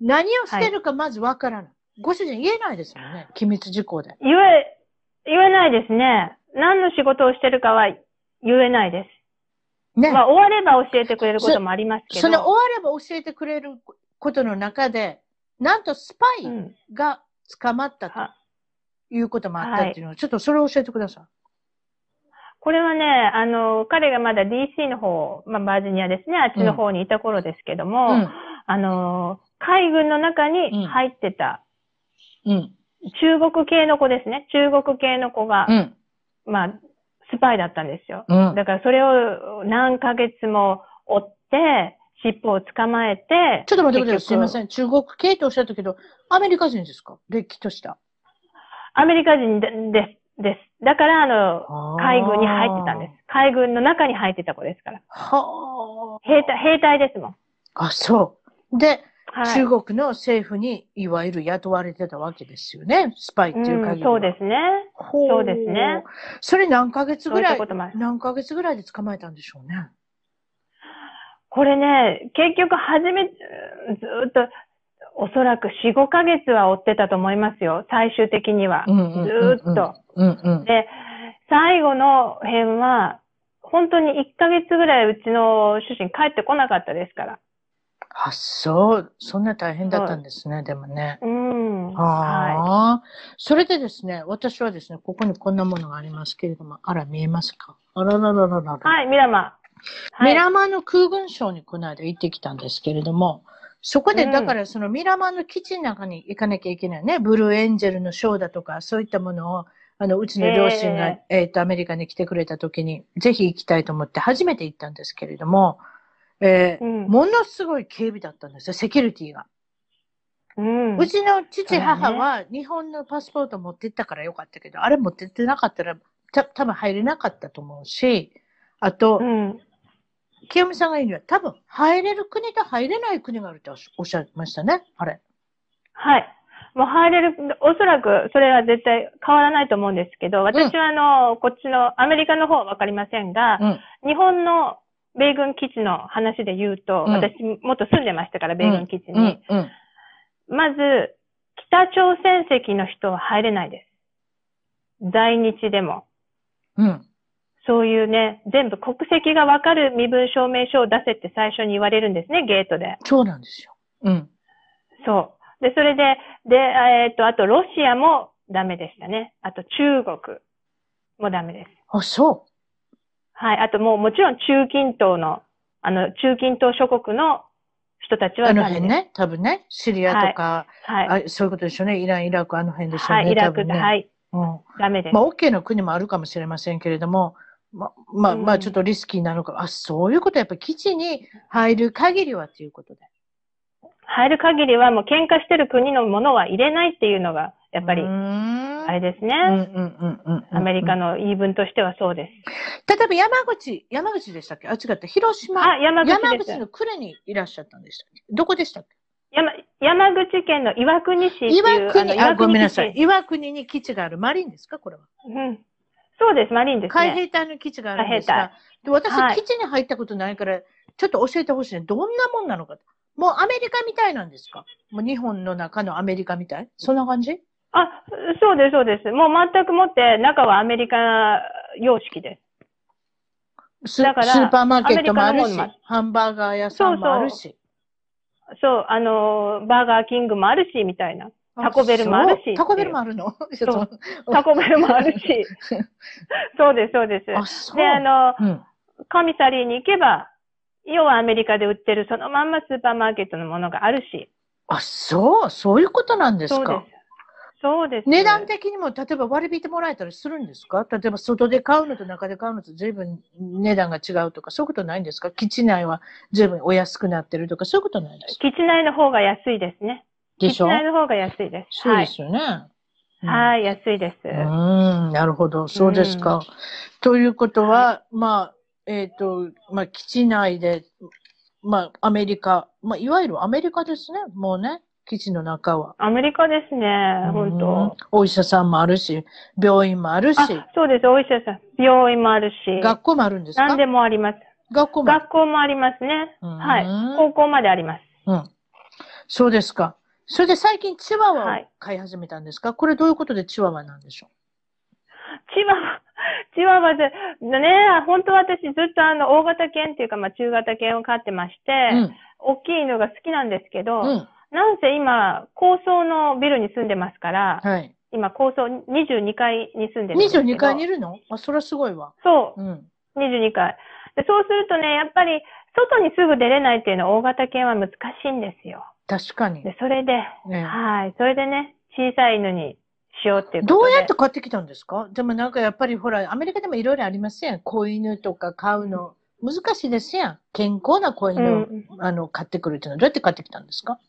Speaker 1: 何をしてるかまずわからない。ご主人言えないですもんね、機密事項で。
Speaker 2: 言え、言えないですね。何の仕事をしてるかは言えないで
Speaker 1: ね。
Speaker 2: す。まあ、終われば教えてくれることもありますけど。
Speaker 1: その終われば教えてくれることの中で、なんとスパ
Speaker 2: う
Speaker 1: イ
Speaker 2: ん
Speaker 1: が捕まったと
Speaker 2: は
Speaker 1: いうこともあったっていうのは、ちょっとそれを教えてくださ
Speaker 2: これはね、あの、彼がまだ DC の方、まあ、バージニアですね、あっちの方にいた頃ですけど
Speaker 1: い。
Speaker 2: も、あの、海軍の中に入ってた、
Speaker 1: うん。うん。
Speaker 2: 中国系の子ですね。中国系の子が、
Speaker 1: うん。
Speaker 2: まあ、スパイだったんですよ。
Speaker 1: うん。
Speaker 2: だからそれを何ヶ月も追って、尻尾を捕まえて、
Speaker 1: ちょっと待ってください。すいま
Speaker 2: ん。
Speaker 1: せん。中国系とおっしゃったけど、アメリカ人ですかれっきとした。
Speaker 2: アメリカ人でです。です。だから、あの、海軍に入ってたんです
Speaker 1: す。。
Speaker 2: 海軍の中に入ってた子ですから。
Speaker 1: は
Speaker 2: 兵隊、兵隊ですもん。
Speaker 1: あ。あ、そう。で、
Speaker 2: はい。
Speaker 1: 中国の政府にいわゆる雇われてたわけですよね。スパイっていう限りは、
Speaker 2: うん、そうですね。
Speaker 1: ほ
Speaker 2: そうですね。
Speaker 1: それ何ヶ月
Speaker 2: そう
Speaker 1: ぐ
Speaker 2: いっ
Speaker 1: ら
Speaker 2: た
Speaker 1: い
Speaker 2: こともある。
Speaker 1: 何ヶ月ぐらいで捕まえたんでしょうね。
Speaker 2: これね、結局初め、ずーっと、おそらく4、5ヶ月は追ってたと思いますよ。最終的には。
Speaker 1: うんうんうんうん
Speaker 2: ずーっと。
Speaker 1: うんうん。
Speaker 2: で、最後の辺は、本当に1ヶ月ぐらいうちの主人帰ってこなかったですから。
Speaker 1: あ、そう。そんな大変だったんですね、でもね。
Speaker 2: うん。は
Speaker 1: ああ、それでですね、私はですね、ここにこんなものがありますけれども、あら、見えますかあらららららら。
Speaker 2: い。はい、ミラマ。はい
Speaker 1: ミラマンの空軍省にこの間行ってきたんですけれども、そこで、
Speaker 2: うん
Speaker 1: だからそのミラマンの基地の中に行かなきゃいけないね。ブルーエンジェルのショーだとか、そういったものを、あの、うちの両親が、
Speaker 2: え
Speaker 1: えっ、と、アメリカに来てくれた時に、ぜひ行きたいと思って初めて行ったんですけれども、えー
Speaker 2: うん
Speaker 1: ものすごい警備だったんですよ、セキュリティが。
Speaker 2: うん。
Speaker 1: うちの父、
Speaker 2: そうだね
Speaker 1: 母は日本のパスポート持ってったからよかったけど、あれ持ってってなかったら、た多分入れなかったと思うし、あと、
Speaker 2: うん。
Speaker 1: 清美さんが言うには、多分、入れる国と入れない国があるっておっしゃいましたね、あれ。
Speaker 2: はい。もう入れる、おそらくそれは絶対変わらないと思うんですけど、私はあの、こっちのアメリカの方はわかりませんが、
Speaker 1: うん。
Speaker 2: 日本の米軍基地の話で言うと、
Speaker 1: うん
Speaker 2: 私もっと住んでましたから、米軍基地に。
Speaker 1: うん。うん。
Speaker 2: まず、北朝鮮籍の人は入れないです。在日でも。
Speaker 1: うん。
Speaker 2: そういうね、全部国籍がわかる身分証明書を出せって最初に言われるんですね、ゲートで。
Speaker 1: そうなんですよ。うん。
Speaker 2: そう。で、それで、で、えっ、と、あとロシアもダメでしたね。あと中国もダメです。
Speaker 1: あ、そ
Speaker 2: はい。あともうもちろん中近東の、あの、中近東諸国の人たち
Speaker 1: う。
Speaker 2: は
Speaker 1: あの
Speaker 2: ダメです。
Speaker 1: 辺ね、多分ね、シリアとか、
Speaker 2: はい。
Speaker 1: あそういうことでしょうね、イラン、イラク、あの辺でしょうね。
Speaker 2: はい、イラク
Speaker 1: 多分
Speaker 2: で、
Speaker 1: ね
Speaker 2: はい、
Speaker 1: うん
Speaker 2: ダメです。
Speaker 1: まあ、OK の国もあるかもしれませんけれども、ま、まあ、
Speaker 2: うん
Speaker 1: まあ、ちょっとリスキーなのか、あ、そういうこと、やっぱり基地に入る限りはということで。
Speaker 2: 入る限りはもう喧嘩してる国のものは入れないっていうのが、や
Speaker 1: や
Speaker 2: っぱり、
Speaker 1: あ
Speaker 2: あれですね、
Speaker 1: うんうんうんうんうん。
Speaker 2: アメリカ
Speaker 1: の。
Speaker 2: の言い分としてはそうです。
Speaker 1: 例えば山口、山口でしたっけあ、違った。広島。
Speaker 2: あ、山
Speaker 1: 山
Speaker 2: 口です
Speaker 1: 口の呉にいらっしゃったんでしたっけどこでしたっけ
Speaker 2: 山。山口県の岩国市っていう、
Speaker 1: 岩
Speaker 2: あの
Speaker 1: 国、あ、
Speaker 2: 岩国基地
Speaker 1: ごめんなさい。。岩国に基地がある。マリンですかこれは。
Speaker 2: うん。そうです、マリンです
Speaker 1: 海
Speaker 2: ね。
Speaker 1: 兵隊の基地があるんです
Speaker 2: 海
Speaker 1: が、で私、
Speaker 2: はい
Speaker 1: 基地に入ったことないから、ちょっと教えてほしいね。どんなもんなのか。もうアメリカみたいなんですかもう日本の中のアメリカみたいそんな感じ
Speaker 2: あ、そうです、そうです。もう全くもって中はアメリカ様式です。
Speaker 1: ス
Speaker 2: だから
Speaker 1: スーパーマーケットもある
Speaker 2: アメリ
Speaker 1: し
Speaker 2: カのものも、
Speaker 1: ハンバーガー屋さんもあるし。
Speaker 2: そう、あのー、バーガーキングもあるし、みたいな。タコベルもあるし
Speaker 1: そうタコベルもあるのち ょっと
Speaker 2: タコベルもあるし。 そうです、そうです。
Speaker 1: あ、そう。
Speaker 2: で、あの、
Speaker 1: うん。
Speaker 2: コミサリーに行けば、要はアメリカで売ってるそのまんまスーパーマーケットのものがあるし。
Speaker 1: あ、そう。そういうことなんです
Speaker 2: そうで
Speaker 1: か。
Speaker 2: す。そうです。
Speaker 1: 値段的にも、例えば割り引いてもらえたりするんですか例えば外で買うのと中で買うのと随分値段が違うとか、そういうことないんですか基地内は随分お安くなってるとか、そういうことないですか
Speaker 2: 基地内の方が安いですね。
Speaker 1: でしょ
Speaker 2: 基地内の方が安いです。
Speaker 1: そうですよね。
Speaker 2: はい。はい、安いです。
Speaker 1: うん、うんなるほど。そうですか。
Speaker 2: うん
Speaker 1: ということは、まあ、えっ、と、まあ、基地内で、まあ、アメリカ、まあ、いわゆるアメリカですね。もうね、基地の中は。
Speaker 2: アメリカですね、本当。
Speaker 1: うんお医者さんもあるし、病院もあるし、
Speaker 2: あ、そうです。お医者さん。病院もあるし。
Speaker 1: 学校もあるんですか
Speaker 2: 何でもあります。
Speaker 1: 学校もある
Speaker 2: 学校もありますね。
Speaker 1: うん
Speaker 2: はい。高校まであります。
Speaker 1: うん。そうですか。それで最近チワ
Speaker 2: は
Speaker 1: ワを
Speaker 2: い
Speaker 1: 飼い始めたんですか、これどういうことでチワワなんでしょ
Speaker 2: チワ ワ、チワワで、ね、本当は私ずっとあの、大型犬っていうか、まあ中型犬を飼ってまして、
Speaker 1: う、
Speaker 2: 大きい犬が好きなんですけど、
Speaker 1: うん。うん。
Speaker 2: なんせ今、高層のビルに住んでますから、
Speaker 1: はい。
Speaker 2: 今高層22階に住んでるんですけど。
Speaker 1: 22階にいるのあ、そりゃすごいわ。
Speaker 2: そ
Speaker 1: うん。
Speaker 2: う、22階。でそうするとね、やっぱり、外にすぐ出れないっていうのは大型犬は難しいんですよ。
Speaker 1: 確かに。
Speaker 2: で、それで、
Speaker 1: ね
Speaker 2: はい、それでね、小さい犬にしようっていうこと
Speaker 1: ど
Speaker 2: で。
Speaker 1: うやって買ってきたんですかでもなんかやっぱりほら、アメリカでもいろいろありますやん。子犬とか買うの。難しいですやん。健康な子犬を、
Speaker 2: うん
Speaker 1: あの、買ってくるっていうのはどうやって買ってきたんですか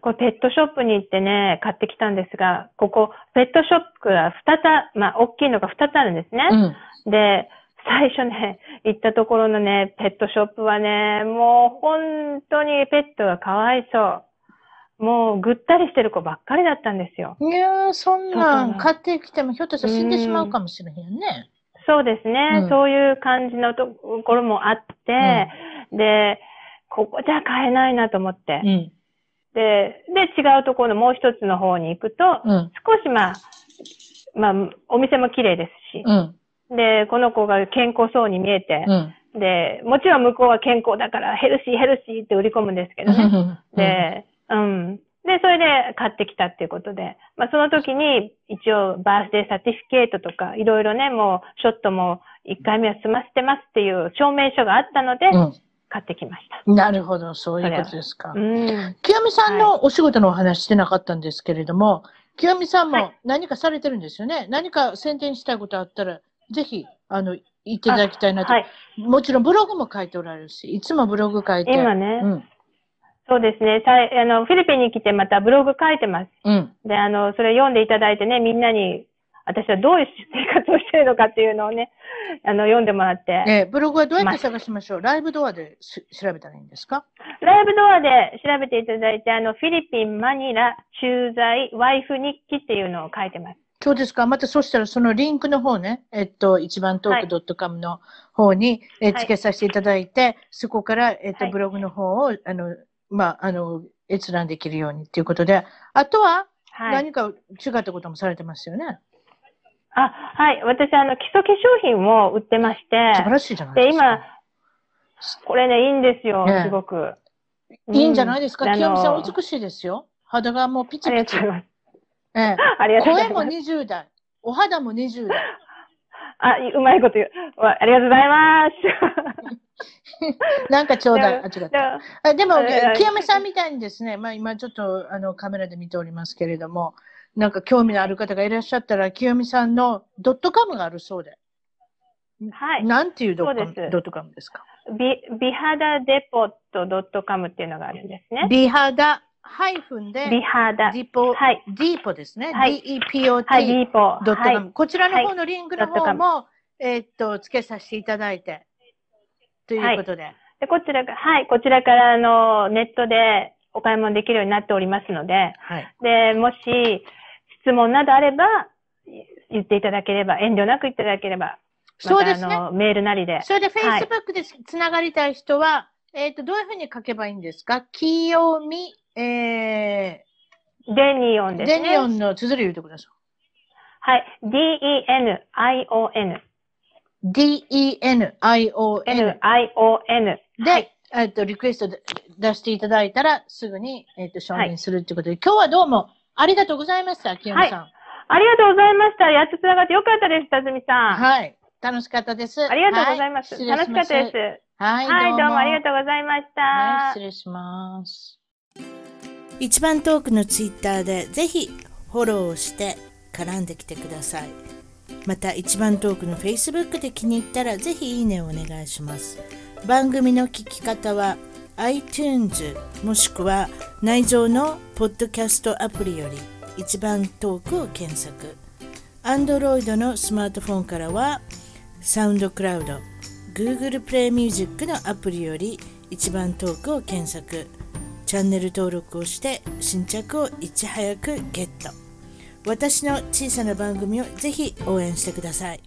Speaker 2: こうペットショップに行ってね、買ってきたんですが、ここ、ペットショップが2つ、まあ、大きいのが2つあるんですね。
Speaker 1: うん。
Speaker 2: で、最初ね、行ったところのね、ペットショップはね、もう本当にペットがかわいそう。もうぐったりしてる子ばっかりだったんですよ。
Speaker 1: いやー、そんな
Speaker 2: そ
Speaker 1: ん
Speaker 2: う
Speaker 1: 買
Speaker 2: か
Speaker 1: ってきてもひょっとしたら死んでしまうかもしれへんね。
Speaker 2: そうですね。
Speaker 1: うん
Speaker 2: そういう感じのところもあって、で、ここじゃ買えないなと思って。
Speaker 1: うん。
Speaker 2: で、で、違うところのもう一つの方に行くと、
Speaker 1: うん。
Speaker 2: 少しまあ、まあ、お店も綺麗ですし、
Speaker 1: うん。
Speaker 2: で、この子が健康そうに見えて、
Speaker 1: うん。
Speaker 2: で、もちろん向こうは健康だからヘルシーヘルシーって売り込むんですけどね。で、うん。で、それで買ってきたっていうことで、まあその時に一応バースデーサティフィケートとかいろいろね、もうショットも1回目は済ませてますっていう証明書があったので、
Speaker 1: う
Speaker 2: 買ってきました。
Speaker 1: ん。なるほど、そういうことですか
Speaker 2: う。ん。
Speaker 1: 清美さんのお仕事のお話してなかったんですけれども、清美さん
Speaker 2: は
Speaker 1: も何かされてるんですよね。何か宣伝したいことあったら、ぜひ、あの、言っていただきたいなと。
Speaker 2: はい。
Speaker 1: もちろんブログも書いておられるし、いつもブログ書いて。
Speaker 2: 今ね、
Speaker 1: うん。
Speaker 2: そうですね、さいあの、フィリピンに来てまたブログ書いてます。
Speaker 1: うん。
Speaker 2: で、あの、それ読んでいただいてね、みんなに私はどういう生活をしてるのかっていうのをね、あの、読んでもらって。
Speaker 1: えーブログはどうやって探しましょうライブドアです調べたらいいんですか
Speaker 2: ライブドアで調べていただいて、あの、フィリピン、マニラ、駐在、ワイフ日記っていうのを書いてます。
Speaker 1: そうですか。またそしたらそのリンクの方ね、えっと、一番トーク .com の方に、えー
Speaker 2: はい
Speaker 1: 付けさせていただいて、そこから、えっと、
Speaker 2: はい
Speaker 1: ブログの方を、あの、まあ、あの、閲覧できるようにっていうことで、あとは
Speaker 2: はい。
Speaker 1: 何か違ったこともされてますよね。
Speaker 2: あ、はい。私、あの、基礎化粧品を売ってまして、
Speaker 1: 素晴らしいじゃない
Speaker 2: で、
Speaker 1: です
Speaker 2: 今
Speaker 1: か。、
Speaker 2: これね、いいんですよ
Speaker 1: ねえ、
Speaker 2: すごく。
Speaker 1: いいんじゃないですか。
Speaker 2: うあの
Speaker 1: 清美さんお美しいですよ。肌がもうピチ
Speaker 2: ありが
Speaker 1: ピ
Speaker 2: と
Speaker 1: チ
Speaker 2: うご。ざいます。
Speaker 1: ええ
Speaker 2: ありがとうござ
Speaker 1: 声
Speaker 2: い
Speaker 1: も
Speaker 2: ます。
Speaker 1: 20代。お肌も20代。
Speaker 2: あ、いうまいこと言う。わありがとうございます。
Speaker 1: なんかちょうだい。あ、違っ
Speaker 2: で
Speaker 1: た。 あでも、
Speaker 2: あれあれ
Speaker 1: 清美さんみたいにですね、まあ今ちょっとあのカメラで見ておりますけれども、なんか興味のある方がいらっしゃったら、清美さんのドットカムがあるそうで。
Speaker 2: はい。
Speaker 1: なんていうドットカ
Speaker 2: そ
Speaker 1: ム
Speaker 2: うです
Speaker 1: ドットカムですか
Speaker 2: 美、美肌デポット .com っていうのがあるんですね。
Speaker 1: 美肌ハイフンで、
Speaker 2: 美肌。
Speaker 1: ディポ、
Speaker 2: はい。
Speaker 1: ディーポですね。
Speaker 2: はい
Speaker 1: DEPOT、
Speaker 2: はい、デポ。は
Speaker 1: ドットカム。
Speaker 2: い。
Speaker 1: こちらの方のリンクの方も、えーっと、付けさせていただいて、ということで。
Speaker 2: で、こちらが、はい、こちらから、あの、ネットでお買い物できるようになっておりますので、
Speaker 1: はい。
Speaker 2: で、もし、質問などあれば、い言っていただければ、遠慮なくいただければ、また
Speaker 1: そうですね
Speaker 2: あ。の、メールなりで。
Speaker 1: それで、フェ
Speaker 2: は
Speaker 1: イ
Speaker 2: い
Speaker 1: スブックでつながりたい人は、えっ、と、どういうふうに書けばいいんですか清美、え
Speaker 2: デニオン
Speaker 1: ー、
Speaker 2: です
Speaker 1: デ
Speaker 2: ね。
Speaker 1: ニオンの綴り言ってくださ
Speaker 2: はい。D-E-N-I-O-N。
Speaker 1: い。D-E-N-I-O-N。
Speaker 2: N-I-O-N。
Speaker 1: で、えっ、と、リクエストで出していただいたら、すぐに、えっ、と、承認するってことで、今日はどうもありがとうございました、清美さん。
Speaker 2: ありがとうございました。やっと繋がってよかったです、辰巳
Speaker 1: はい。
Speaker 2: さん。
Speaker 1: 楽しかったです。
Speaker 2: ありがとうございます。
Speaker 1: は失礼
Speaker 2: 楽
Speaker 1: し
Speaker 2: しか
Speaker 1: ま
Speaker 2: っ
Speaker 1: す。
Speaker 2: たです。
Speaker 1: はい、
Speaker 2: はい、どうもありが
Speaker 1: と
Speaker 2: とうございました。
Speaker 1: はい、失礼します。
Speaker 3: 一番トークのツイッターでぜひフォローして絡んできてくださいまた一番トークの Facebook で気に入ったらぜひいいねをお願いします番組の聞き方は iTunes もしくは内蔵のポッドキャストアプリより一番トークを検索 Android のスマートフォンからはサウンドクラウド Google プレイミュージックのアプリより一番トークを検索チャンネル登録をして新着をいち早くゲット私の小さな番組をぜひ応援してください